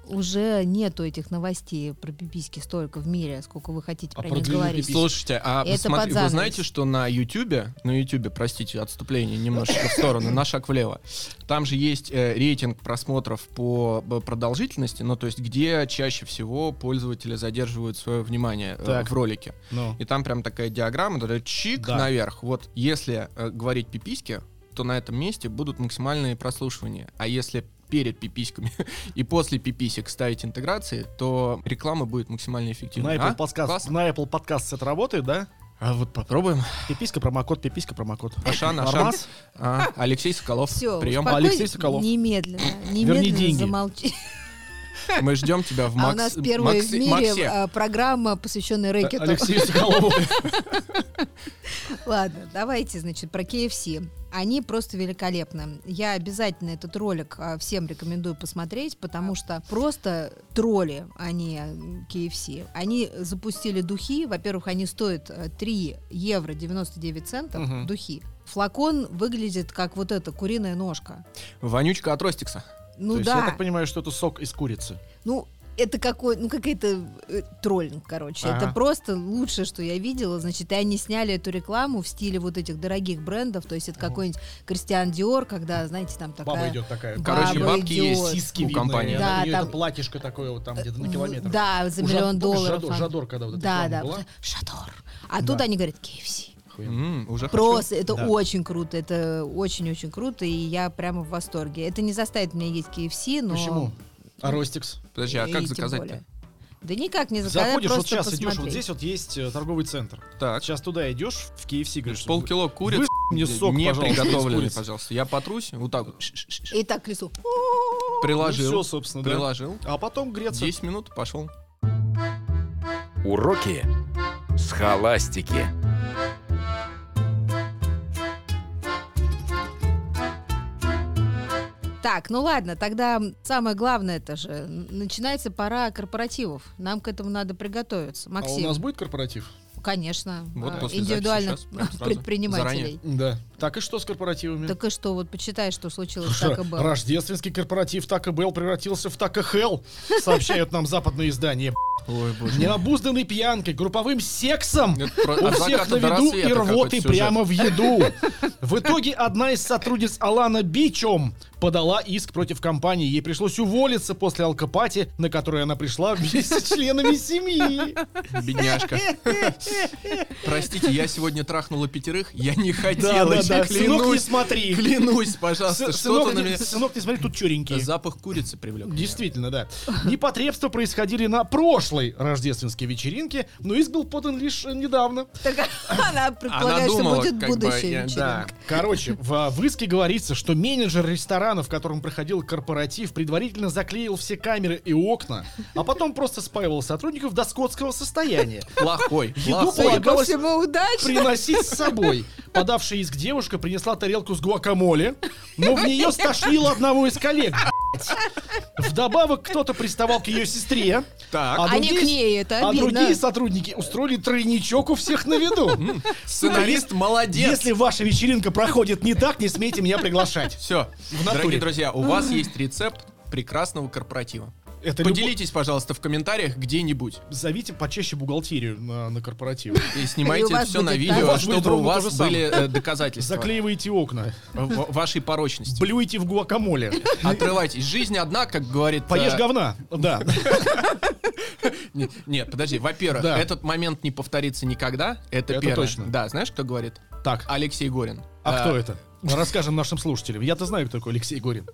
[SPEAKER 2] Уже нету этих новостей про пиписьки столько в мире, сколько вы хотите
[SPEAKER 1] А
[SPEAKER 2] про
[SPEAKER 1] про
[SPEAKER 2] них
[SPEAKER 1] длинные
[SPEAKER 2] говорить.
[SPEAKER 1] пиписьки?
[SPEAKER 3] Слушайте, а
[SPEAKER 2] Это
[SPEAKER 3] посмотри-
[SPEAKER 2] под
[SPEAKER 3] вы
[SPEAKER 2] занавес.
[SPEAKER 3] знаете, что на Ютубе, на Ютубе, простите, отступление немножечко в сторону, на шаг влево, там же есть э, рейтинг просмотров по б- продолжительности, ну то есть где чаще всего пользователи задерживают свое внимание э,
[SPEAKER 1] Так.
[SPEAKER 3] в ролике.
[SPEAKER 1] Ну,
[SPEAKER 3] И там прям такая диаграмма, да, чик
[SPEAKER 1] Да.
[SPEAKER 3] наверх. Вот если э, говорить пиписьки, то на этом месте будут максимальные прослушивания. А если перед пиписьками <laughs> и после пиписек ставить интеграции, то реклама будет максимально
[SPEAKER 1] на
[SPEAKER 3] эффективной.
[SPEAKER 1] Apple,
[SPEAKER 3] А?
[SPEAKER 1] подкаст,
[SPEAKER 3] Классно?
[SPEAKER 1] на Apple подкаст это работает, да?
[SPEAKER 3] А вот попробуем.
[SPEAKER 1] Пиписька, промокод, пиписька, промокод.
[SPEAKER 3] Ашан, Ашан.
[SPEAKER 1] Нормас?
[SPEAKER 3] А, Алексей Соколов,
[SPEAKER 2] Все,
[SPEAKER 3] прием.
[SPEAKER 1] Алексей Соколов.
[SPEAKER 2] Немедленно, немедленно
[SPEAKER 1] деньги.
[SPEAKER 2] замолчи.
[SPEAKER 3] Мы ждем тебя в
[SPEAKER 2] А
[SPEAKER 3] Макс...
[SPEAKER 2] у нас первая
[SPEAKER 3] Макси-
[SPEAKER 2] в мире
[SPEAKER 3] Максе.
[SPEAKER 2] а, программа, посвященная рэкету.
[SPEAKER 1] Алексею Соколову.
[SPEAKER 2] Ладно, давайте, значит, про KFC. Они просто великолепны. Я обязательно этот ролик а, всем рекомендую посмотреть, потому что просто тролли, они KFC. Они запустили духи. Во-первых, они стоят э, 3 евро 99 центов,
[SPEAKER 1] Мгм.
[SPEAKER 2] духи. Флакон выглядит как вот эта куриная ножка.
[SPEAKER 3] Вонючка от Ростикса.
[SPEAKER 2] Ну
[SPEAKER 1] То есть
[SPEAKER 2] да.
[SPEAKER 1] я так понимаю, что это сок из курицы.
[SPEAKER 2] Ну, это какой, ну, какая-то э, троллинг, короче.
[SPEAKER 1] Ага.
[SPEAKER 2] Это просто лучшее, что я видела. Значит, и они сняли эту рекламу в стиле вот этих дорогих брендов. То есть это какой-нибудь Кристиан Диор, когда, знаете, там такая...
[SPEAKER 1] Баба идет такая.
[SPEAKER 3] Короче,
[SPEAKER 2] Баба
[SPEAKER 3] бабки
[SPEAKER 2] идет.
[SPEAKER 3] есть,
[SPEAKER 1] Сиськи
[SPEAKER 3] у
[SPEAKER 1] видно,
[SPEAKER 3] компании.
[SPEAKER 1] и она-
[SPEAKER 2] Да,
[SPEAKER 1] у неё это
[SPEAKER 2] там-
[SPEAKER 1] платьишко такое вот там где-то на
[SPEAKER 2] В-
[SPEAKER 1] километр.
[SPEAKER 2] Да, за
[SPEAKER 1] У
[SPEAKER 2] миллион
[SPEAKER 1] Жад-
[SPEAKER 2] долларов.
[SPEAKER 1] Жадор-
[SPEAKER 2] она-
[SPEAKER 1] Жадор, когда вот эта
[SPEAKER 2] да, да.
[SPEAKER 1] реклама была.
[SPEAKER 2] Шадор. А
[SPEAKER 1] Да.
[SPEAKER 2] тут они говорят, KFC.
[SPEAKER 1] Охуенно.
[SPEAKER 3] М, уже хочу.
[SPEAKER 2] Просто, это
[SPEAKER 1] Да.
[SPEAKER 2] очень круто, это очень-очень круто, и я прямо в восторге. Это не заставит меня есть KFC, но...
[SPEAKER 1] Почему?
[SPEAKER 2] ну,
[SPEAKER 1] А Ростикс?
[SPEAKER 3] Подожди, а
[SPEAKER 2] и
[SPEAKER 3] как
[SPEAKER 2] тем
[SPEAKER 3] заказать-то?
[SPEAKER 2] более. Да никак не заказать,
[SPEAKER 1] Заходишь, вот
[SPEAKER 2] просто
[SPEAKER 1] сейчас идешь, вот
[SPEAKER 2] посмотреть.
[SPEAKER 1] здесь вот есть э, торговый центр.
[SPEAKER 3] Так,
[SPEAKER 1] Сейчас туда идешь, в KFC, говоришь,
[SPEAKER 3] полкило куриц.
[SPEAKER 1] мне сок,
[SPEAKER 3] не
[SPEAKER 1] пожалуйста, из
[SPEAKER 3] приготовленный,
[SPEAKER 1] курицы.
[SPEAKER 3] пожалуйста. Я потрусь, вот так вот. ш-ш-ш.
[SPEAKER 2] И так к лесу.
[SPEAKER 1] все,
[SPEAKER 3] Приложил,
[SPEAKER 1] «Ну, собственно, да.
[SPEAKER 3] приложил.
[SPEAKER 1] А потом Греция.
[SPEAKER 3] 10 минут и пошел.
[SPEAKER 4] Уроки схоластики.
[SPEAKER 2] Так, ну ладно, тогда самое главное это же н- начинается пора корпоративов. Нам к этому надо приготовиться.
[SPEAKER 1] А
[SPEAKER 2] Максим,
[SPEAKER 1] у нас будет корпоратив?
[SPEAKER 2] конечно,
[SPEAKER 3] Вот
[SPEAKER 2] а,
[SPEAKER 3] после записи
[SPEAKER 2] индивидуальных
[SPEAKER 3] сейчас, прям сразу,
[SPEAKER 2] предпринимателей.
[SPEAKER 1] Да. Так и что с корпоративами?
[SPEAKER 2] Так и что, вот почитай, что случилось,
[SPEAKER 1] Что,
[SPEAKER 2] так и было.
[SPEAKER 1] Рождественский корпоратив Taco Bell превратился в Taco Hell, сообщают нам западные издания.
[SPEAKER 3] Ой,
[SPEAKER 1] Необузданной пьянкой, групповым сексом.
[SPEAKER 3] Это про-
[SPEAKER 1] У
[SPEAKER 3] от
[SPEAKER 1] всех
[SPEAKER 3] заката
[SPEAKER 1] на виду
[SPEAKER 3] до рассвета
[SPEAKER 1] и
[SPEAKER 3] какой-то
[SPEAKER 1] рвоты
[SPEAKER 3] сюжет.
[SPEAKER 1] прямо в еду.
[SPEAKER 3] <laughs>
[SPEAKER 1] В итоге одна из сотрудниц Алана Бичом подала иск против компании. Ей пришлось уволиться после алкопати, на которую она пришла вместе с членами семьи. <laughs>
[SPEAKER 3] Бедняжка. Простите, я сегодня трахнула пятерых, я не
[SPEAKER 1] Да,
[SPEAKER 3] хотела,
[SPEAKER 1] да, да.
[SPEAKER 3] я
[SPEAKER 1] Сынок, не
[SPEAKER 3] клянусь.
[SPEAKER 1] смотри.
[SPEAKER 3] Клянусь,
[SPEAKER 1] Сы-
[SPEAKER 3] пожалуйста, что-то
[SPEAKER 1] Сынок,
[SPEAKER 3] на
[SPEAKER 1] не-
[SPEAKER 3] меня...
[SPEAKER 1] сынок, не смотри, тут черенькие.
[SPEAKER 3] Запах курицы привлек. меня.
[SPEAKER 1] Действительно, да. Непотребства происходили на прошлой рождественской вечеринке, но иск был подан лишь э, недавно.
[SPEAKER 2] Так <laughs> она
[SPEAKER 3] Она
[SPEAKER 2] предполагает, что
[SPEAKER 3] думала,
[SPEAKER 2] будет
[SPEAKER 3] как бы,
[SPEAKER 2] будущее
[SPEAKER 3] э, да.
[SPEAKER 2] вечеринка.
[SPEAKER 1] Короче, в, а, в иске говорится, что менеджер ресторана, в котором проходил корпоратив, предварительно заклеил все камеры и окна, а потом просто спаивал сотрудников до скотского состояния.
[SPEAKER 3] <laughs> Плохой,
[SPEAKER 1] Еду
[SPEAKER 3] плохой.
[SPEAKER 2] Ой, по
[SPEAKER 1] полагалось
[SPEAKER 2] всему удачно.
[SPEAKER 1] приносить с собой. Подавшая иск девушка принесла тарелку с гуакамоле, но в нее стошнило одного из коллег. блядь. Вдобавок кто-то приставал к ее сестре,
[SPEAKER 3] Так,
[SPEAKER 1] А
[SPEAKER 2] А не
[SPEAKER 1] другие-
[SPEAKER 2] к ней, это
[SPEAKER 1] а
[SPEAKER 2] обидно.
[SPEAKER 1] другие сотрудники устроили тройничок у всех на виду.
[SPEAKER 3] сценарист молодец.
[SPEAKER 1] Если ваша вечеринка проходит не так, не смейте меня приглашать.
[SPEAKER 3] Все,
[SPEAKER 1] натуре.
[SPEAKER 3] дорогие друзья, у вас есть рецепт прекрасного корпоратива.
[SPEAKER 1] Это любо-
[SPEAKER 3] Поделитесь, пожалуйста, в комментариях где-нибудь.
[SPEAKER 1] Зовите почаще бухгалтерию на, на
[SPEAKER 3] <laughs>
[SPEAKER 1] корпоратив.
[SPEAKER 3] И
[SPEAKER 2] И у
[SPEAKER 3] снимайте
[SPEAKER 2] вас
[SPEAKER 3] все на
[SPEAKER 2] будет
[SPEAKER 1] так. У
[SPEAKER 3] видео,
[SPEAKER 1] вас будет
[SPEAKER 3] чтобы у
[SPEAKER 1] ровно то
[SPEAKER 3] вас
[SPEAKER 1] же самое.
[SPEAKER 3] были э, доказательства
[SPEAKER 1] Заклеиваете окна,
[SPEAKER 3] в- вашей порочности.
[SPEAKER 1] блюете в
[SPEAKER 3] <laughs>
[SPEAKER 1] гуакамоле,
[SPEAKER 3] Отрывайтесь. Жизнь одна, как говорит... э,
[SPEAKER 1] ну поешь говна. Да.
[SPEAKER 3] Не- Нет, подожди. Во-первых,
[SPEAKER 1] Да.
[SPEAKER 3] этот момент не повторится никогда. Это,
[SPEAKER 1] Это
[SPEAKER 3] первое.
[SPEAKER 1] точно.
[SPEAKER 3] Да, знаешь, кто говорит?
[SPEAKER 1] Так.
[SPEAKER 3] Алексей Горин.
[SPEAKER 1] А
[SPEAKER 3] Э,
[SPEAKER 1] кто это? Расскажем нашим слушателям. Я-то знаю, кто такой Алексей Горин.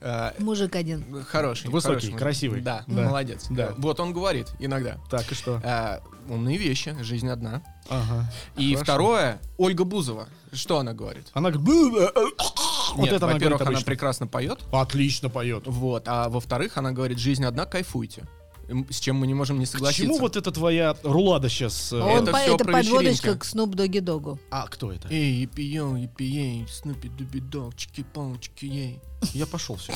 [SPEAKER 3] э,
[SPEAKER 2] Мужик один.
[SPEAKER 3] Хороший.
[SPEAKER 1] Высокий,
[SPEAKER 3] хороший.
[SPEAKER 1] красивый.
[SPEAKER 3] Да,
[SPEAKER 1] Да.
[SPEAKER 3] молодец.
[SPEAKER 1] Да.
[SPEAKER 3] Вот он говорит иногда.
[SPEAKER 1] Так, и что?
[SPEAKER 3] э, умные вещи, жизнь одна.
[SPEAKER 1] А, Ага.
[SPEAKER 3] И
[SPEAKER 1] Хорошо.
[SPEAKER 3] второе, Ольга Бузова. Что она говорит?
[SPEAKER 1] Она говорит... «Бу, э, э». Вот
[SPEAKER 3] Нет,
[SPEAKER 1] это она
[SPEAKER 3] во-первых,
[SPEAKER 1] говорит
[SPEAKER 3] она,
[SPEAKER 1] обычно.
[SPEAKER 3] прекрасно поет.
[SPEAKER 1] Отлично поет.
[SPEAKER 3] Вот, а во-вторых, она говорит, жизнь одна, кайфуйте. М, С чем мы не можем не согласиться.
[SPEAKER 1] Почему вот эта твоя рулада сейчас...
[SPEAKER 2] Он
[SPEAKER 3] Это
[SPEAKER 2] по-
[SPEAKER 3] всё
[SPEAKER 2] это
[SPEAKER 3] про
[SPEAKER 2] подводочка
[SPEAKER 3] вечеринки.
[SPEAKER 2] к Snoop Doggy Dogg.
[SPEAKER 1] А кто это? <laughs>
[SPEAKER 3] Эй, епиё, епией, снупи дуби дог, чики палочки ей.
[SPEAKER 1] Я пошел все.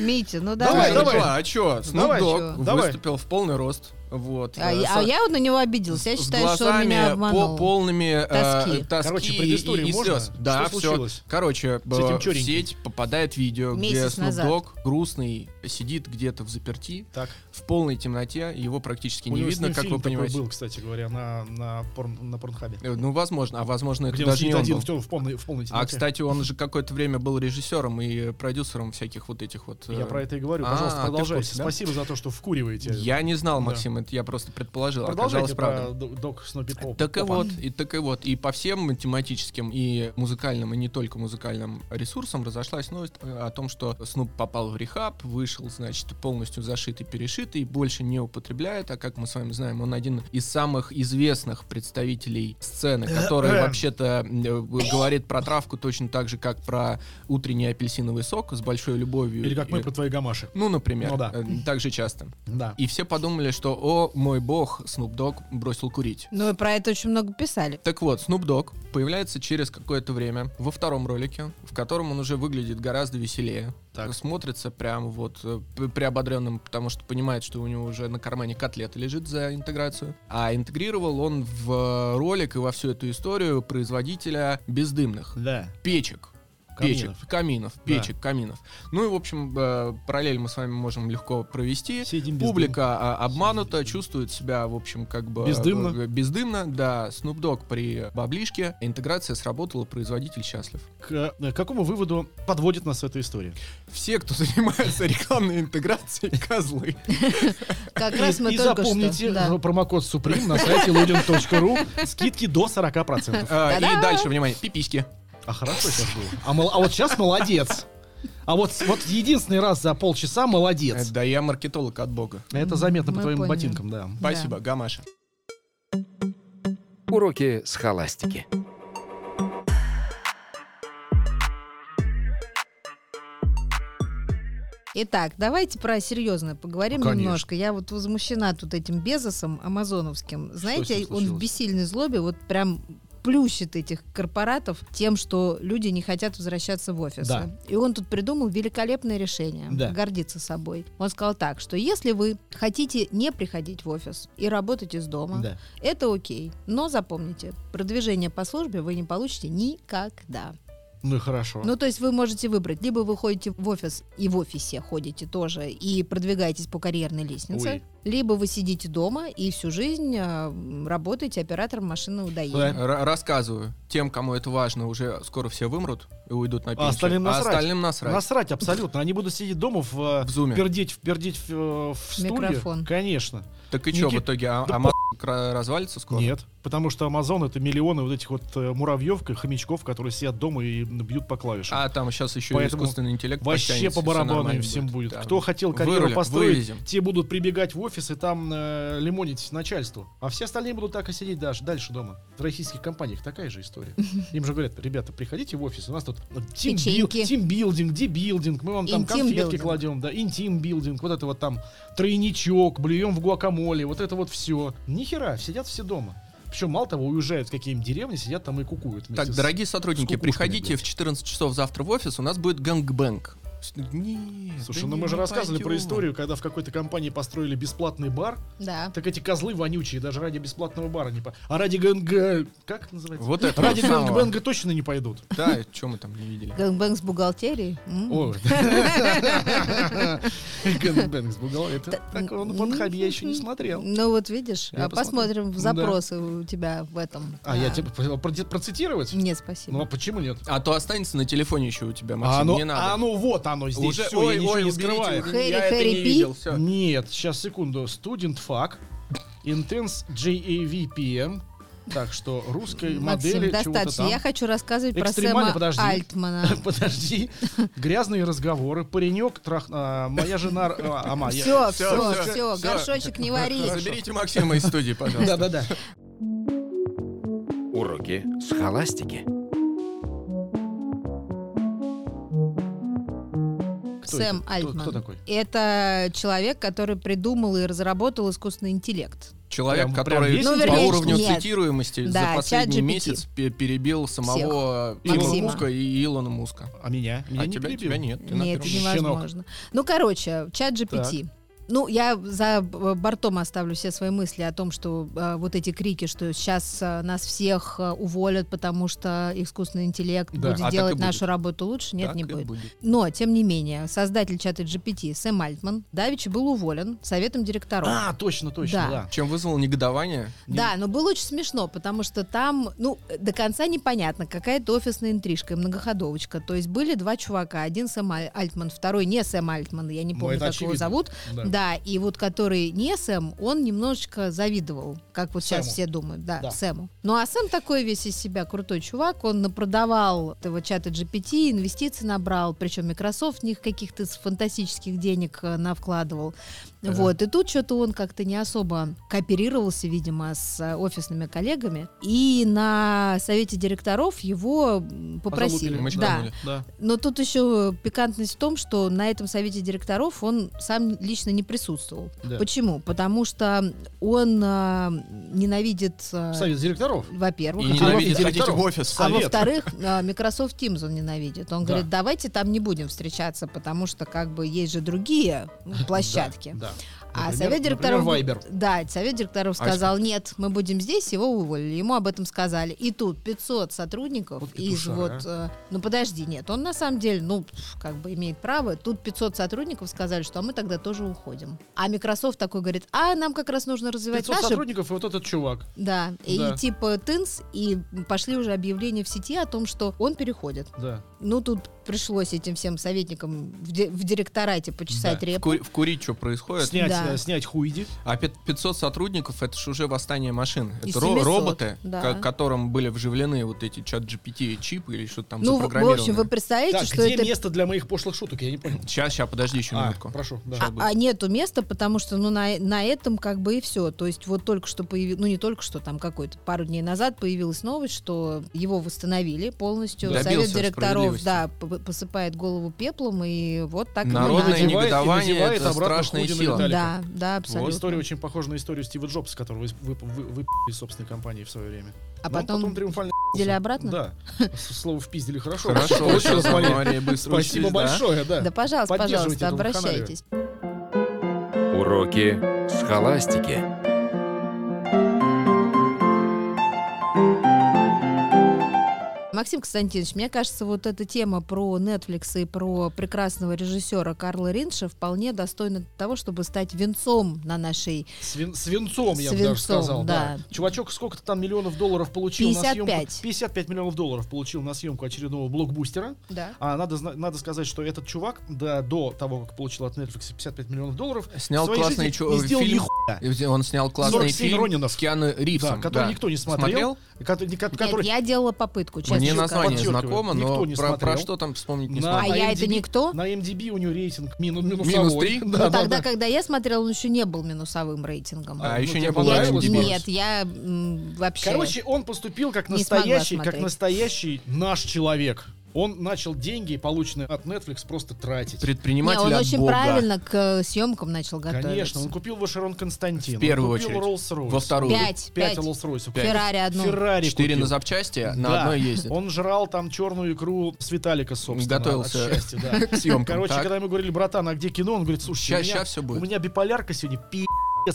[SPEAKER 2] Митя, ну
[SPEAKER 1] Давай,
[SPEAKER 2] давай.
[SPEAKER 3] Слушай, ну
[SPEAKER 1] давай.
[SPEAKER 3] что, А чё,
[SPEAKER 1] Давай,
[SPEAKER 3] Snoop Dogg
[SPEAKER 2] чё,
[SPEAKER 1] давай.
[SPEAKER 3] выступил в полный рост. Вот.
[SPEAKER 2] А,
[SPEAKER 3] э,
[SPEAKER 2] я-
[SPEAKER 3] со-
[SPEAKER 2] а я вот на него обиделась. Я
[SPEAKER 3] с
[SPEAKER 2] считаю, что он меня
[SPEAKER 3] глазами по-
[SPEAKER 2] обманул.
[SPEAKER 3] полными э,
[SPEAKER 2] Тоски.
[SPEAKER 3] тоски
[SPEAKER 1] Короче,
[SPEAKER 3] и-
[SPEAKER 1] предысторию
[SPEAKER 3] и
[SPEAKER 1] можно?
[SPEAKER 3] слез. Да,
[SPEAKER 1] Что
[SPEAKER 3] всё.
[SPEAKER 1] случилось?
[SPEAKER 3] Короче,
[SPEAKER 1] С этим
[SPEAKER 3] б- в
[SPEAKER 1] чёрненьким.
[SPEAKER 3] сеть попадает видео, где
[SPEAKER 2] Месяц
[SPEAKER 3] Snoop
[SPEAKER 2] назад.
[SPEAKER 3] Dogg грустный сидит где-то в заперти,
[SPEAKER 1] Так.
[SPEAKER 3] в полной темноте, его практически
[SPEAKER 1] У
[SPEAKER 3] не
[SPEAKER 1] него с
[SPEAKER 3] видно,
[SPEAKER 1] ним
[SPEAKER 3] как
[SPEAKER 1] фильм
[SPEAKER 3] вы
[SPEAKER 1] такой
[SPEAKER 3] понимаете.
[SPEAKER 1] был, кстати говоря, на, на, порн- на порнхабе.
[SPEAKER 3] Э, Ну, возможно, а возможно, это
[SPEAKER 1] Где он
[SPEAKER 3] даже не
[SPEAKER 1] сидит
[SPEAKER 3] он
[SPEAKER 1] один
[SPEAKER 3] был.
[SPEAKER 1] в, тем- в полной, в полной
[SPEAKER 3] А,
[SPEAKER 1] темноте.
[SPEAKER 3] кстати, он же какое-то время был режиссером и э, продюсером всяких вот этих вот... э,
[SPEAKER 1] Я про это и говорю.
[SPEAKER 3] а,
[SPEAKER 1] Пожалуйста,
[SPEAKER 3] ты в
[SPEAKER 1] продолжайте.
[SPEAKER 3] курсе, да?
[SPEAKER 1] Спасибо за то, что вкуриваете.
[SPEAKER 3] Я не знал,
[SPEAKER 1] Да.
[SPEAKER 3] Максим, это я просто предположил.
[SPEAKER 1] Продолжайте
[SPEAKER 3] Оказалось,
[SPEAKER 1] про
[SPEAKER 3] правда.
[SPEAKER 1] до- док Снупи Поп.
[SPEAKER 3] Так и
[SPEAKER 1] Попа.
[SPEAKER 3] вот, и так и вот. И по всем тематическим и музыкальным, и не только музыкальным ресурсам разошлась новость э, о том, что Снуп попал в рехаб, вышел, значит, полностью зашитый, перешитый, больше не употребляет, а как мы с вами знаем, он один из самых известных представителей сцены, который вообще-то э, говорит про травку точно так же, как про утренний апельсиновый сок с большой любовью.
[SPEAKER 1] Или как мы
[SPEAKER 3] И-
[SPEAKER 1] про твои гамаши.
[SPEAKER 3] Ну, например,
[SPEAKER 1] Ну да.
[SPEAKER 3] э, так же часто.
[SPEAKER 1] Да.
[SPEAKER 3] И все подумали, что, о, мой бог, Снуп Дог бросил курить.
[SPEAKER 2] Ну и про это очень много писали.
[SPEAKER 3] Так вот, Snoop Dogg появляется через какое-то время во втором ролике, в котором он уже выглядит гораздо веселее.
[SPEAKER 1] Так.
[SPEAKER 3] Смотрится прям вот э, п- приободренным, потому что понимает, что у него уже на кармане котлета лежит за интеграцию. А интегрировал он в э, ролик и во всю эту историю производителя бездымных
[SPEAKER 1] Да.
[SPEAKER 3] печек.
[SPEAKER 1] Каминов.
[SPEAKER 3] Печек, каминов, печек, каминов. Ну и, в общем, э, параллель мы с вами можем легко провести.
[SPEAKER 1] Сидим без дыма.
[SPEAKER 3] Публика а, обманута, чувствует себя, в общем, как бы...
[SPEAKER 1] Бездымно.
[SPEAKER 3] э, Бездымно, да. Snoop Dogg при баблишке. Интеграция сработала, производитель счастлив.
[SPEAKER 1] К э, какому выводу подводит нас эта история?
[SPEAKER 3] Все, кто <laughs> занимается рекламной интеграцией, <laughs> козлы.
[SPEAKER 2] Как раз мы
[SPEAKER 1] и
[SPEAKER 2] только
[SPEAKER 1] запомните
[SPEAKER 2] что. да.
[SPEAKER 1] э, промокод Supreme на сайте ludin.ru. Скидки до 40%.
[SPEAKER 3] А, И
[SPEAKER 2] Та-дам!
[SPEAKER 3] дальше, внимание, пиписьки.
[SPEAKER 1] А хорошо сейчас было. А, мол- а вот сейчас молодец. А вот, с- вот единственный раз за полчаса
[SPEAKER 3] Э,
[SPEAKER 1] молодец.
[SPEAKER 3] Да я маркетолог от бога.
[SPEAKER 1] Это заметно по
[SPEAKER 2] Мы
[SPEAKER 1] твоим
[SPEAKER 2] поняли.
[SPEAKER 1] ботинкам, да.
[SPEAKER 2] Да.
[SPEAKER 3] Спасибо, Гамаша.
[SPEAKER 4] Уроки схоластики.
[SPEAKER 2] Итак, давайте про серьезное поговорим
[SPEAKER 1] Конечно.
[SPEAKER 2] немножко. Я вот возмущена тут этим Безосом амазоновским.
[SPEAKER 1] с
[SPEAKER 2] Знаете,
[SPEAKER 1] ним
[SPEAKER 2] он в
[SPEAKER 1] случилось?
[SPEAKER 2] бессильной злобе вот прям плющит этих корпоратов тем, что люди не хотят возвращаться в офисы.
[SPEAKER 1] Да.
[SPEAKER 2] И он тут придумал великолепное решение.
[SPEAKER 1] Да.
[SPEAKER 2] Гордиться собой. Он сказал так, что если вы хотите не приходить в офис и работать из дома,
[SPEAKER 1] Да.
[SPEAKER 2] это окей. Но запомните, продвижение по службе вы не получите никогда.
[SPEAKER 1] Ну и хорошо.
[SPEAKER 2] Ну, то есть вы можете выбрать, либо вы ходите в офис и в офисе ходите тоже и продвигаетесь по карьерной лестнице,
[SPEAKER 1] Ой.
[SPEAKER 2] либо вы сидите дома и всю жизнь а, м, работаете оператором машинного доения.
[SPEAKER 3] Р- рассказываю. Тем, кому это важно, уже скоро все вымрут и уйдут на пенсию.
[SPEAKER 1] А
[SPEAKER 3] А
[SPEAKER 1] остальным насрать.
[SPEAKER 3] остальным насрать.
[SPEAKER 1] Насрать абсолютно. Они будут сидеть дома в, э,
[SPEAKER 3] В зуме.
[SPEAKER 1] пердеть, в- пердеть в, э, в стуле.
[SPEAKER 2] Микрофон.
[SPEAKER 1] Конечно.
[SPEAKER 3] Так и что, в
[SPEAKER 1] Никит,
[SPEAKER 3] итоге, а,
[SPEAKER 1] да
[SPEAKER 3] Амаз кра- развалится скоро?
[SPEAKER 1] Нет. Потому что Амазон это миллионы вот этих вот э, муравьев и хомячков, которые сидят дома и м, бьют по клавишам.
[SPEAKER 3] А там сейчас еще
[SPEAKER 1] Поэтому
[SPEAKER 3] искусственный интеллект
[SPEAKER 1] Вообще
[SPEAKER 3] подтянется,
[SPEAKER 1] по
[SPEAKER 3] всё
[SPEAKER 1] барабану
[SPEAKER 3] нормально
[SPEAKER 1] им всем будет.
[SPEAKER 3] Да.
[SPEAKER 1] Кто хотел карьеру
[SPEAKER 3] Вырулим,
[SPEAKER 1] построить,
[SPEAKER 3] вывезем.
[SPEAKER 1] те будут прибегать в офис и там э, лимонить начальству. А все остальные будут так и сидеть дальше, дальше дома. В российских компаниях такая же история. Им же говорят, ребята, приходите в офис, у нас тут тимбил-
[SPEAKER 2] Печеньки.
[SPEAKER 1] тимбилдинг, дебилдинг, мы вам там конфетки
[SPEAKER 2] Интимбилдинг.
[SPEAKER 1] кладем, да, интимбилдинг, вот это вот там тройничок, блюем в гуакамоле, вот это вот все. Нихера, сидят все дома. Причем, мало того, уезжают в какие-нибудь деревни, сидят там и кукуют. вместе
[SPEAKER 3] Так,
[SPEAKER 1] с-
[SPEAKER 3] дорогие
[SPEAKER 1] с
[SPEAKER 3] сотрудники,
[SPEAKER 1] кукушками,
[SPEAKER 3] приходите
[SPEAKER 1] блядь.
[SPEAKER 3] в 14 часов завтра в офис, у нас будет гангбэнг. Нет,
[SPEAKER 1] Слушай,
[SPEAKER 3] да
[SPEAKER 1] ну
[SPEAKER 3] не,
[SPEAKER 1] мы же
[SPEAKER 3] не
[SPEAKER 1] рассказывали про
[SPEAKER 3] пойдем.
[SPEAKER 1] историю, когда в какой-то компании построили бесплатный бар,
[SPEAKER 2] Да.
[SPEAKER 1] Так эти козлы вонючие, даже ради бесплатного бара не по... А ради ГНГ... Как это называется?
[SPEAKER 3] <laughs> Вот это
[SPEAKER 1] ради
[SPEAKER 3] вот самого.
[SPEAKER 1] ГНГ точно не пойдут.
[SPEAKER 3] Да, что мы там не видели.
[SPEAKER 2] Гэнгбэнг с бухгалтерией. М.
[SPEAKER 3] <laughs>
[SPEAKER 1] О, Гэнгбэнг с бугала. Это
[SPEAKER 2] Т-
[SPEAKER 1] такого на Порнхабе я еще не смотрел.
[SPEAKER 2] Ну вот видишь,
[SPEAKER 1] Я
[SPEAKER 2] а посмотрим в
[SPEAKER 1] посмотрю. Ну
[SPEAKER 2] запросы у тебя в этом.
[SPEAKER 1] А я тебе про- процитировать?
[SPEAKER 2] Нет,
[SPEAKER 1] Ну а
[SPEAKER 2] спасибо.
[SPEAKER 1] почему нет?
[SPEAKER 3] А то останется на телефоне еще у тебя,
[SPEAKER 1] А
[SPEAKER 3] Максим,
[SPEAKER 1] оно,
[SPEAKER 3] не
[SPEAKER 1] а
[SPEAKER 3] надо.
[SPEAKER 1] оно вот оно здесь.
[SPEAKER 3] Уже,
[SPEAKER 1] всё, я ничего не скрываю.
[SPEAKER 2] уберите.
[SPEAKER 3] я
[SPEAKER 2] Хэри,
[SPEAKER 3] это
[SPEAKER 2] Хэри
[SPEAKER 3] не
[SPEAKER 2] Пи.
[SPEAKER 3] видел, всё.
[SPEAKER 1] Нет, сейчас секунду. Студент фак. Intense JAVPN. Так что русской модели
[SPEAKER 2] Максим,
[SPEAKER 1] чего-то
[SPEAKER 2] достаточно.
[SPEAKER 1] там. <laughs>
[SPEAKER 2] Я хочу рассказывать про
[SPEAKER 1] Экстремально,
[SPEAKER 2] Сэма
[SPEAKER 1] подожди.
[SPEAKER 2] Альтмана.
[SPEAKER 1] Подожди. Грязные разговоры. Паренек трах... а, моя жена... <laughs> а, ама, я-
[SPEAKER 2] Все,
[SPEAKER 3] всё,
[SPEAKER 2] все,
[SPEAKER 3] всё,
[SPEAKER 2] все,
[SPEAKER 3] всё.
[SPEAKER 2] горшочек не вари.
[SPEAKER 3] Заберите Максима из студии, пожалуйста.
[SPEAKER 1] Да-да-да.
[SPEAKER 4] Уроки схоластики.
[SPEAKER 1] Кто
[SPEAKER 2] Сэм
[SPEAKER 1] это? Кто-
[SPEAKER 2] Альтман.
[SPEAKER 1] Кто такой?
[SPEAKER 2] Это человек, который придумал и разработал искусственный интелект.
[SPEAKER 3] Человек,
[SPEAKER 1] Прям- прям
[SPEAKER 3] который
[SPEAKER 1] есть
[SPEAKER 2] Ну,
[SPEAKER 3] по
[SPEAKER 2] вернее,
[SPEAKER 3] уровню
[SPEAKER 2] нет.
[SPEAKER 3] цитируемости
[SPEAKER 2] Да,
[SPEAKER 3] за последний
[SPEAKER 2] ChatGPT.
[SPEAKER 3] месяц пе- перебил самого
[SPEAKER 2] Всех.
[SPEAKER 3] Илона
[SPEAKER 2] Максима.
[SPEAKER 3] Муска и Илона Муска.
[SPEAKER 1] А меня? Меня
[SPEAKER 3] а
[SPEAKER 1] не
[SPEAKER 3] тебя,
[SPEAKER 1] перебил.
[SPEAKER 3] тебя нет. ты на
[SPEAKER 2] Нет, это
[SPEAKER 3] первом.
[SPEAKER 1] Щенок.
[SPEAKER 2] невозможно. Ну, короче, чат GPT. Ну, я за б- бортом оставлю все свои мысли о том, что э, вот эти крики, что сейчас нас всех э, уволят, потому что искусственный интеллект
[SPEAKER 1] Да.
[SPEAKER 2] будет
[SPEAKER 3] А так и
[SPEAKER 2] делать
[SPEAKER 3] будет.
[SPEAKER 2] нашу работу лучше. Нет,
[SPEAKER 3] Так
[SPEAKER 2] не
[SPEAKER 3] и
[SPEAKER 2] будет. Но, тем не менее, создатель чата GPT Сэм Альтман Давич был уволен советом директоров.
[SPEAKER 1] А, точно,
[SPEAKER 2] Да.
[SPEAKER 1] точно,
[SPEAKER 3] Чем вызвало негодование.
[SPEAKER 1] не-
[SPEAKER 2] Да, но было очень смешно, потому что там, ну, до конца непонятно, какая-то офисная интрижка и многоходовочка. То есть были два чувака, один Сэм Аль- Альтман, второй не Сэм Альтман, я не
[SPEAKER 1] Ну,
[SPEAKER 2] помню,
[SPEAKER 1] это
[SPEAKER 2] как его
[SPEAKER 1] очевидно.
[SPEAKER 2] зовут.
[SPEAKER 1] да.
[SPEAKER 2] Да. и вот который не Сэм, он немножечко завидовал, как вот сейчас
[SPEAKER 1] Сэму.
[SPEAKER 2] все думают, да,
[SPEAKER 1] Да.
[SPEAKER 2] Сэму. Ну а Сэм такой весь из себя крутой чувак, он напродавал этого чата GPT, инвестиции набрал, причем Microsoft в них каких-то с- фантастических денег э, навкладывал.
[SPEAKER 1] Ага.
[SPEAKER 2] Вот, и тут что-то он как-то не особо кооперировался, видимо, с э, офисными коллегами, и на совете директоров его м, попросили.
[SPEAKER 1] Позалупили,
[SPEAKER 3] мы
[SPEAKER 2] да,
[SPEAKER 3] читали.
[SPEAKER 1] Да.
[SPEAKER 2] но тут еще пикантность в том, что на этом совете директоров он сам лично не присутствовал.
[SPEAKER 1] Да.
[SPEAKER 2] Почему? Потому что он а, ненавидит, а,
[SPEAKER 1] Совет директоров.
[SPEAKER 2] во-первых,
[SPEAKER 3] И
[SPEAKER 1] как офис
[SPEAKER 3] ненавидит ходить в
[SPEAKER 1] директоров.
[SPEAKER 3] офис.
[SPEAKER 2] а
[SPEAKER 1] совет.
[SPEAKER 2] во-вторых, а, Microsoft Teams он ненавидит. Он
[SPEAKER 1] Да.
[SPEAKER 2] говорит, давайте там не будем встречаться, потому что как бы есть же другие ну, площадки.
[SPEAKER 1] <laughs> Да.
[SPEAKER 2] А
[SPEAKER 1] Например-
[SPEAKER 2] совет директоров...
[SPEAKER 1] например, Viber.
[SPEAKER 2] Да, совет директоров
[SPEAKER 3] А
[SPEAKER 2] сказал, нет, мы будем здесь, его уволили. Ему об этом сказали. И тут 500 сотрудников
[SPEAKER 1] Вот а?
[SPEAKER 2] из
[SPEAKER 1] петушара,
[SPEAKER 2] вот... э, ну, подожди, нет, он на самом деле, ну, пф, как бы имеет право. Тут 500 сотрудников сказали, что «А мы тогда тоже уходим. А Microsoft такой говорит, а нам как раз нужно развивать
[SPEAKER 1] 500
[SPEAKER 2] наши...
[SPEAKER 1] сотрудников и вот этот чувак.
[SPEAKER 2] Да, и
[SPEAKER 1] Да.
[SPEAKER 2] типа тынс, и пошли уже объявления в сети о том, что он переходит.
[SPEAKER 1] Да.
[SPEAKER 2] Ну, тут пришлось этим всем советникам в, ди- в директорате почесать
[SPEAKER 3] Да. В,
[SPEAKER 2] репу.
[SPEAKER 3] кури- в курить что происходит.
[SPEAKER 1] Снять,
[SPEAKER 2] Да.
[SPEAKER 1] э, снять хуйди.
[SPEAKER 3] А пят- 500 сотрудников это же уже восстание машин.
[SPEAKER 2] И
[SPEAKER 3] Это ро-
[SPEAKER 2] 700,
[SPEAKER 3] роботы,
[SPEAKER 2] да.
[SPEAKER 3] ко- которым были вживлены вот эти чат GPT чипы или что-то там
[SPEAKER 2] Ну, в- в
[SPEAKER 3] запрограммировано.
[SPEAKER 2] общем, вы представляете,
[SPEAKER 1] Так,
[SPEAKER 2] что
[SPEAKER 1] где
[SPEAKER 2] это
[SPEAKER 1] место для моих пошлых шуток? Я не понял.
[SPEAKER 3] Сейчас, сейчас, подожди еще
[SPEAKER 1] А,
[SPEAKER 3] минутку.
[SPEAKER 1] прошу. да.
[SPEAKER 3] Щас
[SPEAKER 2] А-
[SPEAKER 3] будет.
[SPEAKER 2] А, нету места, потому что ну, на, на этом как бы и все. То есть вот только что появилось, ну не только что, там какой-то пару дней назад появилась новость, что его восстановили полностью.
[SPEAKER 3] Добился
[SPEAKER 2] Совет директоров,
[SPEAKER 3] справедливости.
[SPEAKER 2] да, п- посыпает голову пеплом, и вот так
[SPEAKER 3] Народное
[SPEAKER 1] Надевает
[SPEAKER 2] и надо.
[SPEAKER 1] и
[SPEAKER 3] негодование
[SPEAKER 1] надевает
[SPEAKER 3] это
[SPEAKER 1] обратно
[SPEAKER 3] страшная
[SPEAKER 1] худи на
[SPEAKER 3] сила.
[SPEAKER 1] Виталика.
[SPEAKER 2] Да, да,
[SPEAKER 1] Вот
[SPEAKER 2] абсолютно.
[SPEAKER 1] Ну, история очень похожа на историю Стива Джобса, которого вы, вы, вы- вы из собственной компании в свое время.
[SPEAKER 2] а
[SPEAKER 1] Но он
[SPEAKER 2] потом,
[SPEAKER 1] триумфально
[SPEAKER 2] пиздили обратно?
[SPEAKER 1] Да. С- Слово впиздили хорошо.
[SPEAKER 3] Хорошо, сейчас
[SPEAKER 1] Спасибо.
[SPEAKER 3] Мария быстро
[SPEAKER 1] Спасибо
[SPEAKER 3] учились, да?
[SPEAKER 1] большое, да.
[SPEAKER 2] да, пожалуйста,
[SPEAKER 1] Поддерживайте этого
[SPEAKER 2] пожалуйста,
[SPEAKER 1] канала.
[SPEAKER 2] обращайтесь.
[SPEAKER 4] Уроки схоластики.
[SPEAKER 2] Максим Константинович, мне кажется, вот эта тема про Netflix и про прекрасного режиссера Карла Ринша вполне достойна того, чтобы стать венцом на нашей
[SPEAKER 1] Свин- свинцом, я бы
[SPEAKER 2] Свинцом,
[SPEAKER 1] даже сказал. Да.
[SPEAKER 2] да.
[SPEAKER 1] Чувачок сколько-то там миллионов долларов получил на
[SPEAKER 2] 55.
[SPEAKER 1] съемку. 55 миллионов долларов получил на съемку очередного блокбустера.
[SPEAKER 2] Да.
[SPEAKER 1] А надо, зна- надо сказать, что этот чувак, да, до того, как получил от Netflix 55 миллионов долларов,
[SPEAKER 3] Снял
[SPEAKER 1] в своей
[SPEAKER 3] классный
[SPEAKER 1] жизни
[SPEAKER 3] чё-
[SPEAKER 1] не сделал
[SPEAKER 3] фильм.
[SPEAKER 1] ни хуя.
[SPEAKER 3] И Он снял классный
[SPEAKER 1] 47
[SPEAKER 3] фильм
[SPEAKER 1] Ронинов.
[SPEAKER 3] с Киану Ривзом.
[SPEAKER 1] Да, который
[SPEAKER 3] да.
[SPEAKER 1] никто не смотрел.
[SPEAKER 3] Смотрел?
[SPEAKER 1] И ко- и ко- который-
[SPEAKER 2] Нет, я делала попытку, честно
[SPEAKER 3] Мне
[SPEAKER 2] скажу.
[SPEAKER 3] название
[SPEAKER 1] подчеркиваю,
[SPEAKER 3] знакомо, но
[SPEAKER 1] никто не
[SPEAKER 3] про,
[SPEAKER 1] смотрел.
[SPEAKER 3] про что там вспомнить не
[SPEAKER 1] На-
[SPEAKER 2] А
[SPEAKER 3] смогу.
[SPEAKER 2] я это
[SPEAKER 1] IMDb
[SPEAKER 2] никто?
[SPEAKER 1] На MDB у него рейтинг минус,
[SPEAKER 3] Минус
[SPEAKER 1] минусовой.
[SPEAKER 3] три? Ну,
[SPEAKER 1] Да,
[SPEAKER 2] Но
[SPEAKER 1] да,
[SPEAKER 2] тогда,
[SPEAKER 1] да.
[SPEAKER 2] когда я смотрела, он еще не был минусовым рейтингом.
[SPEAKER 3] А,
[SPEAKER 1] ну,
[SPEAKER 3] еще
[SPEAKER 1] тебе
[SPEAKER 3] не было
[SPEAKER 2] я,
[SPEAKER 1] понравилось?
[SPEAKER 3] IMDb.
[SPEAKER 2] нет, я м, вообще...
[SPEAKER 1] Короче, он поступил как
[SPEAKER 2] Не смогла
[SPEAKER 1] настоящий, как
[SPEAKER 2] смотреть.
[SPEAKER 1] настоящий наш человек. Он начал деньги, полученные от Netflix, просто тратить.
[SPEAKER 2] не,
[SPEAKER 3] Предприниматель
[SPEAKER 2] он
[SPEAKER 3] от
[SPEAKER 2] очень
[SPEAKER 3] бога.
[SPEAKER 2] правишно к э, съемкам начал готовиться.
[SPEAKER 1] Конечно, он купил Вашерон Константин.
[SPEAKER 3] В первую
[SPEAKER 1] он купил
[SPEAKER 3] очередь.
[SPEAKER 1] Rolls-Royce.
[SPEAKER 3] Во вторую.
[SPEAKER 2] Пять,
[SPEAKER 1] Пять
[SPEAKER 2] пять.
[SPEAKER 1] Rolls-Royce.
[SPEAKER 2] Феррари одну.
[SPEAKER 1] Феррари
[SPEAKER 3] Четыре
[SPEAKER 1] купил.
[SPEAKER 3] на запчасти, на
[SPEAKER 1] Да.
[SPEAKER 3] одной ездит.
[SPEAKER 1] Он жрал там черную икру с Виталика, собственно.
[SPEAKER 3] Готовился
[SPEAKER 1] От счастья,
[SPEAKER 3] <laughs>
[SPEAKER 1] да.
[SPEAKER 3] к съемкам.
[SPEAKER 1] Короче,
[SPEAKER 3] Так.
[SPEAKER 1] когда мы говорили, братан, а где кино? Он говорит, слушай,
[SPEAKER 3] Ща-
[SPEAKER 1] у, меня,
[SPEAKER 3] ща всё будет.
[SPEAKER 1] у меня биполярка сегодня пи***ц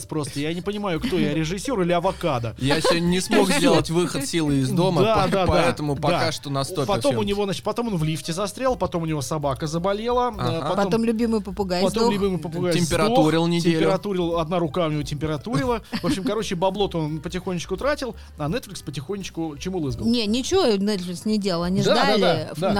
[SPEAKER 1] просто. Я не понимаю, кто я, режиссер или авокадо.
[SPEAKER 3] Я сегодня
[SPEAKER 1] <laughs>
[SPEAKER 3] не смог сделать выход силы из дома,
[SPEAKER 1] Да,
[SPEAKER 3] по-
[SPEAKER 1] да, да.
[SPEAKER 3] поэтому пока
[SPEAKER 1] Да.
[SPEAKER 3] что на стопе.
[SPEAKER 1] Потом у
[SPEAKER 3] всё.
[SPEAKER 1] него, значит, потом он в лифте застрял, потом у него собака заболела,
[SPEAKER 3] Ага.
[SPEAKER 1] э,
[SPEAKER 2] потом, любимый попугай
[SPEAKER 1] Потом
[SPEAKER 2] сдох.
[SPEAKER 1] любимый попугай
[SPEAKER 3] Температурил
[SPEAKER 1] сдох,
[SPEAKER 3] неделю.
[SPEAKER 1] Температурил, одна рука у него температурила. В общем, короче, бабло-то он потихонечку тратил, а Netflix потихонечку чему лызгал.
[SPEAKER 2] Не, ничего Netflix не делал, они
[SPEAKER 1] Да, да,
[SPEAKER 2] ждали
[SPEAKER 1] да, да.
[SPEAKER 2] ф-
[SPEAKER 3] А как так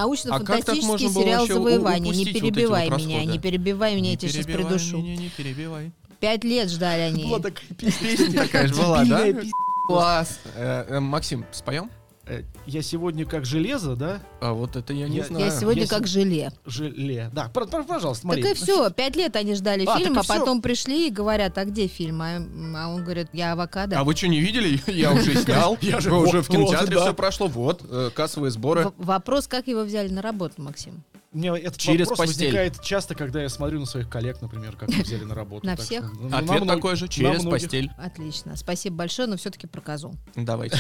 [SPEAKER 2] научно-фантастический
[SPEAKER 3] можно было
[SPEAKER 2] сериал
[SPEAKER 3] вообще у-
[SPEAKER 2] «Завоевание». Не
[SPEAKER 3] упустить вот эти
[SPEAKER 2] перебивай
[SPEAKER 3] вот
[SPEAKER 2] меня,
[SPEAKER 3] расходы?
[SPEAKER 2] не перебивай меня, я тебя сейчас
[SPEAKER 3] перебивай
[SPEAKER 1] <laughs>
[SPEAKER 2] придушу.
[SPEAKER 3] меня, не перебивай.
[SPEAKER 2] Пять лет ждали они.
[SPEAKER 1] Была такая
[SPEAKER 3] Песня такая же была, да?
[SPEAKER 1] дебильная пи***.
[SPEAKER 3] Класс. Э, э, Максим, споем?
[SPEAKER 1] Э, Я сегодня как железо, да?
[SPEAKER 3] А вот это я не
[SPEAKER 1] Я-
[SPEAKER 3] знаю.
[SPEAKER 2] Я сегодня
[SPEAKER 1] я
[SPEAKER 2] как желе.
[SPEAKER 1] Желе. Да, пр- пр- пожалуйста,
[SPEAKER 2] Так
[SPEAKER 1] Мария.
[SPEAKER 2] и все, пять лет они ждали
[SPEAKER 1] А,
[SPEAKER 2] фильм, а
[SPEAKER 1] так и всё.
[SPEAKER 2] потом пришли и говорят, а где фильм? А, м, а он говорит, я авокадо.
[SPEAKER 3] А вы что, не видели? <laughs> Я уже снял.
[SPEAKER 1] Я же-
[SPEAKER 3] Вы уже в
[SPEAKER 1] вот, вот,
[SPEAKER 3] кинотеатре
[SPEAKER 1] да.
[SPEAKER 3] все прошло. Вот, э, кассовые сборы.
[SPEAKER 2] В- Вопрос, как его взяли на работу, Максим?
[SPEAKER 1] У меня этот
[SPEAKER 3] Через
[SPEAKER 1] вопрос
[SPEAKER 3] постель.
[SPEAKER 1] возникает часто, когда я смотрю на своих коллег, например, как их взяли на работу.
[SPEAKER 2] На
[SPEAKER 1] Так
[SPEAKER 2] всех?
[SPEAKER 1] что, ну, на
[SPEAKER 3] Ответ
[SPEAKER 1] мно-
[SPEAKER 3] такой же,
[SPEAKER 1] на
[SPEAKER 3] через
[SPEAKER 1] многих.
[SPEAKER 3] постель.
[SPEAKER 2] Отлично, спасибо большое, но все-таки про козу.
[SPEAKER 3] Давайте.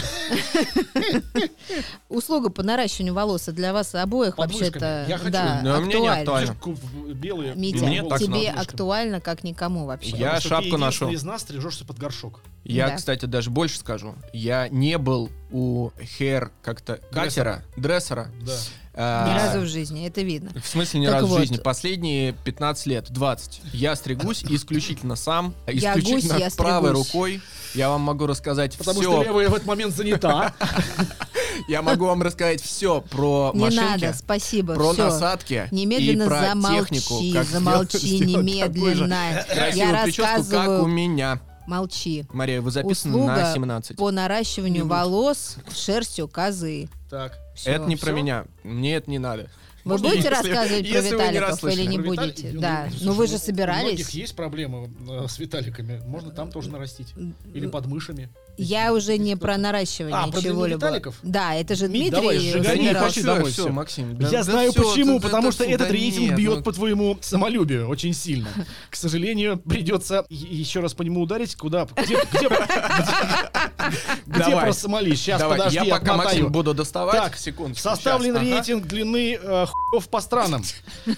[SPEAKER 2] Услуга по наращиванию волос а для вас обоих
[SPEAKER 1] Под
[SPEAKER 2] вообще-то
[SPEAKER 1] мышками. Я хочу.
[SPEAKER 2] да,
[SPEAKER 3] Но мне не
[SPEAKER 2] актуально.
[SPEAKER 3] актуально.
[SPEAKER 1] Слишком в- белые.
[SPEAKER 2] Митя,
[SPEAKER 3] Мне так
[SPEAKER 2] тебе
[SPEAKER 3] надо.
[SPEAKER 2] актуально как никому вообще.
[SPEAKER 3] Я шапку ношу.
[SPEAKER 1] нашел. из нас стрижешься под горшок.
[SPEAKER 3] Я,
[SPEAKER 2] Да.
[SPEAKER 3] кстати, даже больше скажу. Я не был у хер как-то катера, дрессера.
[SPEAKER 1] Да.
[SPEAKER 3] А,
[SPEAKER 2] Ни разу в жизни, это видно.
[SPEAKER 3] В смысле ни
[SPEAKER 2] Так
[SPEAKER 3] разу
[SPEAKER 2] вот.
[SPEAKER 3] в жизни? Последние 15 лет, 20. Я стригусь исключительно сам,
[SPEAKER 2] Я
[SPEAKER 3] исключительно
[SPEAKER 2] гусь, я
[SPEAKER 3] правой
[SPEAKER 2] стригусь.
[SPEAKER 3] рукой. Я вам могу рассказать
[SPEAKER 1] Потому
[SPEAKER 3] все.
[SPEAKER 1] что левая в этот момент
[SPEAKER 3] <laughs>
[SPEAKER 1] занята.
[SPEAKER 3] Я могу вам рассказать все про
[SPEAKER 2] Не
[SPEAKER 3] машинки.
[SPEAKER 2] надо, спасибо,
[SPEAKER 3] про
[SPEAKER 2] все.
[SPEAKER 3] насадки
[SPEAKER 2] Немедленно
[SPEAKER 3] и про
[SPEAKER 2] замолчи,
[SPEAKER 3] технику, как
[SPEAKER 2] замолчи
[SPEAKER 3] сделать- <laughs> сделать такую же
[SPEAKER 2] немедленно.
[SPEAKER 3] красивую
[SPEAKER 2] Я
[SPEAKER 3] прическу, как у
[SPEAKER 2] рассказываю,
[SPEAKER 3] меня.
[SPEAKER 2] молчи.
[SPEAKER 3] Мария, вы записаны
[SPEAKER 2] Услуга
[SPEAKER 3] на 17.
[SPEAKER 2] По наращиванию волос шерстью козы.
[SPEAKER 1] Так.
[SPEAKER 2] Всё.
[SPEAKER 3] Это не про
[SPEAKER 1] Всё?
[SPEAKER 3] меня. Мне это не надо.
[SPEAKER 2] Вы
[SPEAKER 3] Можно
[SPEAKER 2] будете
[SPEAKER 3] если-
[SPEAKER 2] рассказывать про
[SPEAKER 3] если вы не
[SPEAKER 2] Виталиков
[SPEAKER 3] расслышали?
[SPEAKER 2] или не
[SPEAKER 1] Про Витали-
[SPEAKER 2] будете?
[SPEAKER 1] Ну,
[SPEAKER 2] Да.
[SPEAKER 1] слушай,
[SPEAKER 2] Ну вы же
[SPEAKER 1] У многих
[SPEAKER 2] собирались.
[SPEAKER 1] есть проблемы э, с Виталиками. Можно там тоже нарастить. Или под мышами.
[SPEAKER 2] Я уже не про наращивание
[SPEAKER 1] А, про длину
[SPEAKER 2] чего-либо.
[SPEAKER 1] Виталиков?
[SPEAKER 2] Да, это же
[SPEAKER 1] Мить, давай,
[SPEAKER 2] Дмитрий
[SPEAKER 1] сжигай, не
[SPEAKER 2] собирался.
[SPEAKER 1] хочу домой
[SPEAKER 3] всё,
[SPEAKER 1] всё.
[SPEAKER 3] Максим. да-
[SPEAKER 1] Я
[SPEAKER 3] да
[SPEAKER 1] знаю
[SPEAKER 3] всё,
[SPEAKER 1] почему,
[SPEAKER 3] да-
[SPEAKER 1] потому
[SPEAKER 3] да
[SPEAKER 1] что
[SPEAKER 3] всё,
[SPEAKER 1] этот
[SPEAKER 3] да
[SPEAKER 1] рейтинг
[SPEAKER 3] нет,
[SPEAKER 1] бьет
[SPEAKER 3] ну,
[SPEAKER 1] по твоему самолюбию очень сильно. К сожалению, придется е- еще раз по нему ударить. Куда? Где, где- где
[SPEAKER 3] Давай.
[SPEAKER 1] про Сомали? Сейчас,
[SPEAKER 3] Давай,
[SPEAKER 1] подожди,
[SPEAKER 3] я пока
[SPEAKER 1] отмотаю.
[SPEAKER 3] Максим буду доставать.
[SPEAKER 1] Так,
[SPEAKER 3] секундочку.
[SPEAKER 1] Составлен
[SPEAKER 3] щас, ага.
[SPEAKER 1] рейтинг длины э, хуев по странам.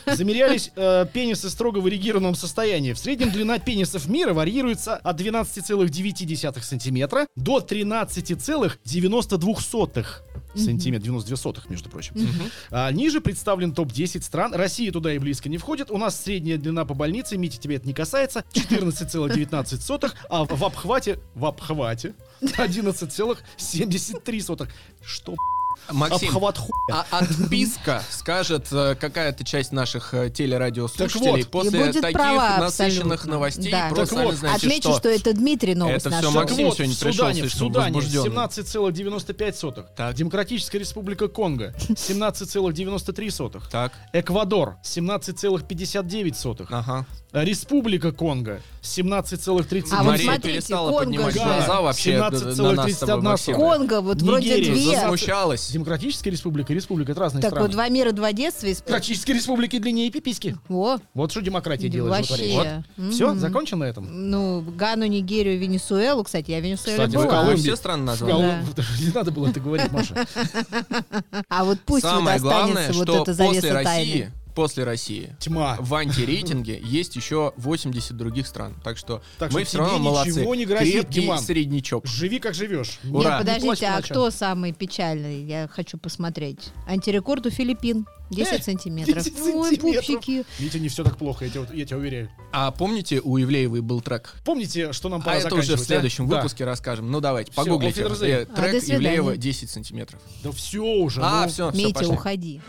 [SPEAKER 1] Замерялись э, пенисы строго в эрегированном состоянии. В среднем длина пенисов мира варьируется от 12,9 сантиметра до 13,92 сантиметра. 92 сотых, между прочим.
[SPEAKER 3] Мгм.
[SPEAKER 1] А, ниже представлен топ-10 стран. Россия туда и близко не входит. У нас средняя длина по больнице, Мити, тебе это не касается, 14,19, а в обхвате, в обхвате 11,73. Что,
[SPEAKER 3] Максим,
[SPEAKER 1] обхват хуя?
[SPEAKER 3] а отписка скажет э, какая-то часть наших э, телерадиослушателей
[SPEAKER 1] Так вот.
[SPEAKER 3] после
[SPEAKER 2] И будет
[SPEAKER 3] таких
[SPEAKER 2] права
[SPEAKER 3] насыщенных
[SPEAKER 2] абсолютно.
[SPEAKER 3] новостей.
[SPEAKER 2] Да.
[SPEAKER 3] Просто
[SPEAKER 1] Так
[SPEAKER 3] сами
[SPEAKER 1] вот.
[SPEAKER 3] знаете,
[SPEAKER 2] Отмечу, что это Дмитрий новость
[SPEAKER 3] Это всё
[SPEAKER 2] нашел.
[SPEAKER 1] Так
[SPEAKER 3] Максим
[SPEAKER 1] вот,
[SPEAKER 3] сегодня
[SPEAKER 1] в
[SPEAKER 3] пришел
[SPEAKER 1] Судане, в
[SPEAKER 3] слишком
[SPEAKER 1] Судане
[SPEAKER 3] возбужденный.
[SPEAKER 1] 17,95.
[SPEAKER 3] Так.
[SPEAKER 1] Демократическая республика
[SPEAKER 2] <laughs>
[SPEAKER 1] Конго 17,93.
[SPEAKER 3] Так,
[SPEAKER 1] Эквадор 17,59.
[SPEAKER 3] ага.
[SPEAKER 1] Республика Конго 17,30.
[SPEAKER 2] А вот
[SPEAKER 3] Мария
[SPEAKER 2] смотрите,
[SPEAKER 3] перестала
[SPEAKER 2] Конго
[SPEAKER 3] поднимать
[SPEAKER 2] же.
[SPEAKER 3] глаза вообще на нас с тобой,
[SPEAKER 1] 17,31
[SPEAKER 3] Максим.
[SPEAKER 2] Конго, вот вроде
[SPEAKER 1] Нигерия,
[SPEAKER 2] две.
[SPEAKER 1] зазмущ-
[SPEAKER 3] Возмущалась.
[SPEAKER 1] Демократическая республика и республика, это разные
[SPEAKER 2] Так
[SPEAKER 1] страны.
[SPEAKER 2] вот, два мира, два детства. и сп-
[SPEAKER 1] Демократической республики длиннее пиписьки.
[SPEAKER 2] О,
[SPEAKER 1] Вот что демократия делает.
[SPEAKER 2] вообще. Мгм.
[SPEAKER 1] Все, закончим на этом?
[SPEAKER 2] Ну, Гану, Нигерию, Венесуэлу, кстати, я в Венесуэле
[SPEAKER 3] Кстати,
[SPEAKER 1] в
[SPEAKER 3] вы,
[SPEAKER 2] была.
[SPEAKER 3] вы
[SPEAKER 1] Колумбии.
[SPEAKER 3] все страны
[SPEAKER 1] В
[SPEAKER 3] назвали.
[SPEAKER 1] Колумб- Не надо было это говорить,
[SPEAKER 3] <laughs>
[SPEAKER 1] Маша.
[SPEAKER 2] А вот пусть
[SPEAKER 3] Самое
[SPEAKER 2] вот останется
[SPEAKER 3] главное,
[SPEAKER 2] вот
[SPEAKER 3] что
[SPEAKER 2] эта
[SPEAKER 3] после
[SPEAKER 2] завеса тайны.
[SPEAKER 3] России, после России
[SPEAKER 1] Тьма.
[SPEAKER 3] А в антирейтинге есть еще 80 других стран. Так что
[SPEAKER 1] Так
[SPEAKER 3] мы
[SPEAKER 1] что
[SPEAKER 3] все равно
[SPEAKER 1] тебе
[SPEAKER 3] молодцы.
[SPEAKER 1] ничего не грозит,
[SPEAKER 3] Крепкий
[SPEAKER 1] Диман.
[SPEAKER 3] среднячок.
[SPEAKER 1] Живи как живешь.
[SPEAKER 3] Ура. Ну,
[SPEAKER 2] Нет,
[SPEAKER 3] Не
[SPEAKER 1] плачь
[SPEAKER 2] подождите,
[SPEAKER 1] по
[SPEAKER 2] а
[SPEAKER 1] ночам.
[SPEAKER 2] кто самый печальный? Я хочу посмотреть. Антирекорд у Филиппин. 10
[SPEAKER 3] Э,
[SPEAKER 2] сантиметров. Ну,
[SPEAKER 1] 10
[SPEAKER 2] Ой,
[SPEAKER 1] сантиметров.
[SPEAKER 2] пупчики.
[SPEAKER 1] Видите, не все так плохо, я тебя, я тебя уверяю.
[SPEAKER 3] А помните, у Ивлеевой был трек?
[SPEAKER 1] Помните, что нам
[SPEAKER 3] А
[SPEAKER 1] пора
[SPEAKER 3] это уже в
[SPEAKER 1] заканчивать,
[SPEAKER 3] следующем
[SPEAKER 1] да?
[SPEAKER 3] выпуске расскажем. Ну давайте,
[SPEAKER 1] Всё,
[SPEAKER 3] погуглите.
[SPEAKER 1] auf Wiedersehen.
[SPEAKER 3] Э,
[SPEAKER 2] А, до
[SPEAKER 3] Трек
[SPEAKER 2] свидания.
[SPEAKER 3] Ивлеева 10 сантиметров.
[SPEAKER 1] Да, все уже.
[SPEAKER 3] А,
[SPEAKER 1] ну.
[SPEAKER 3] все, все,
[SPEAKER 2] Митя,
[SPEAKER 3] пошли.
[SPEAKER 2] уходи.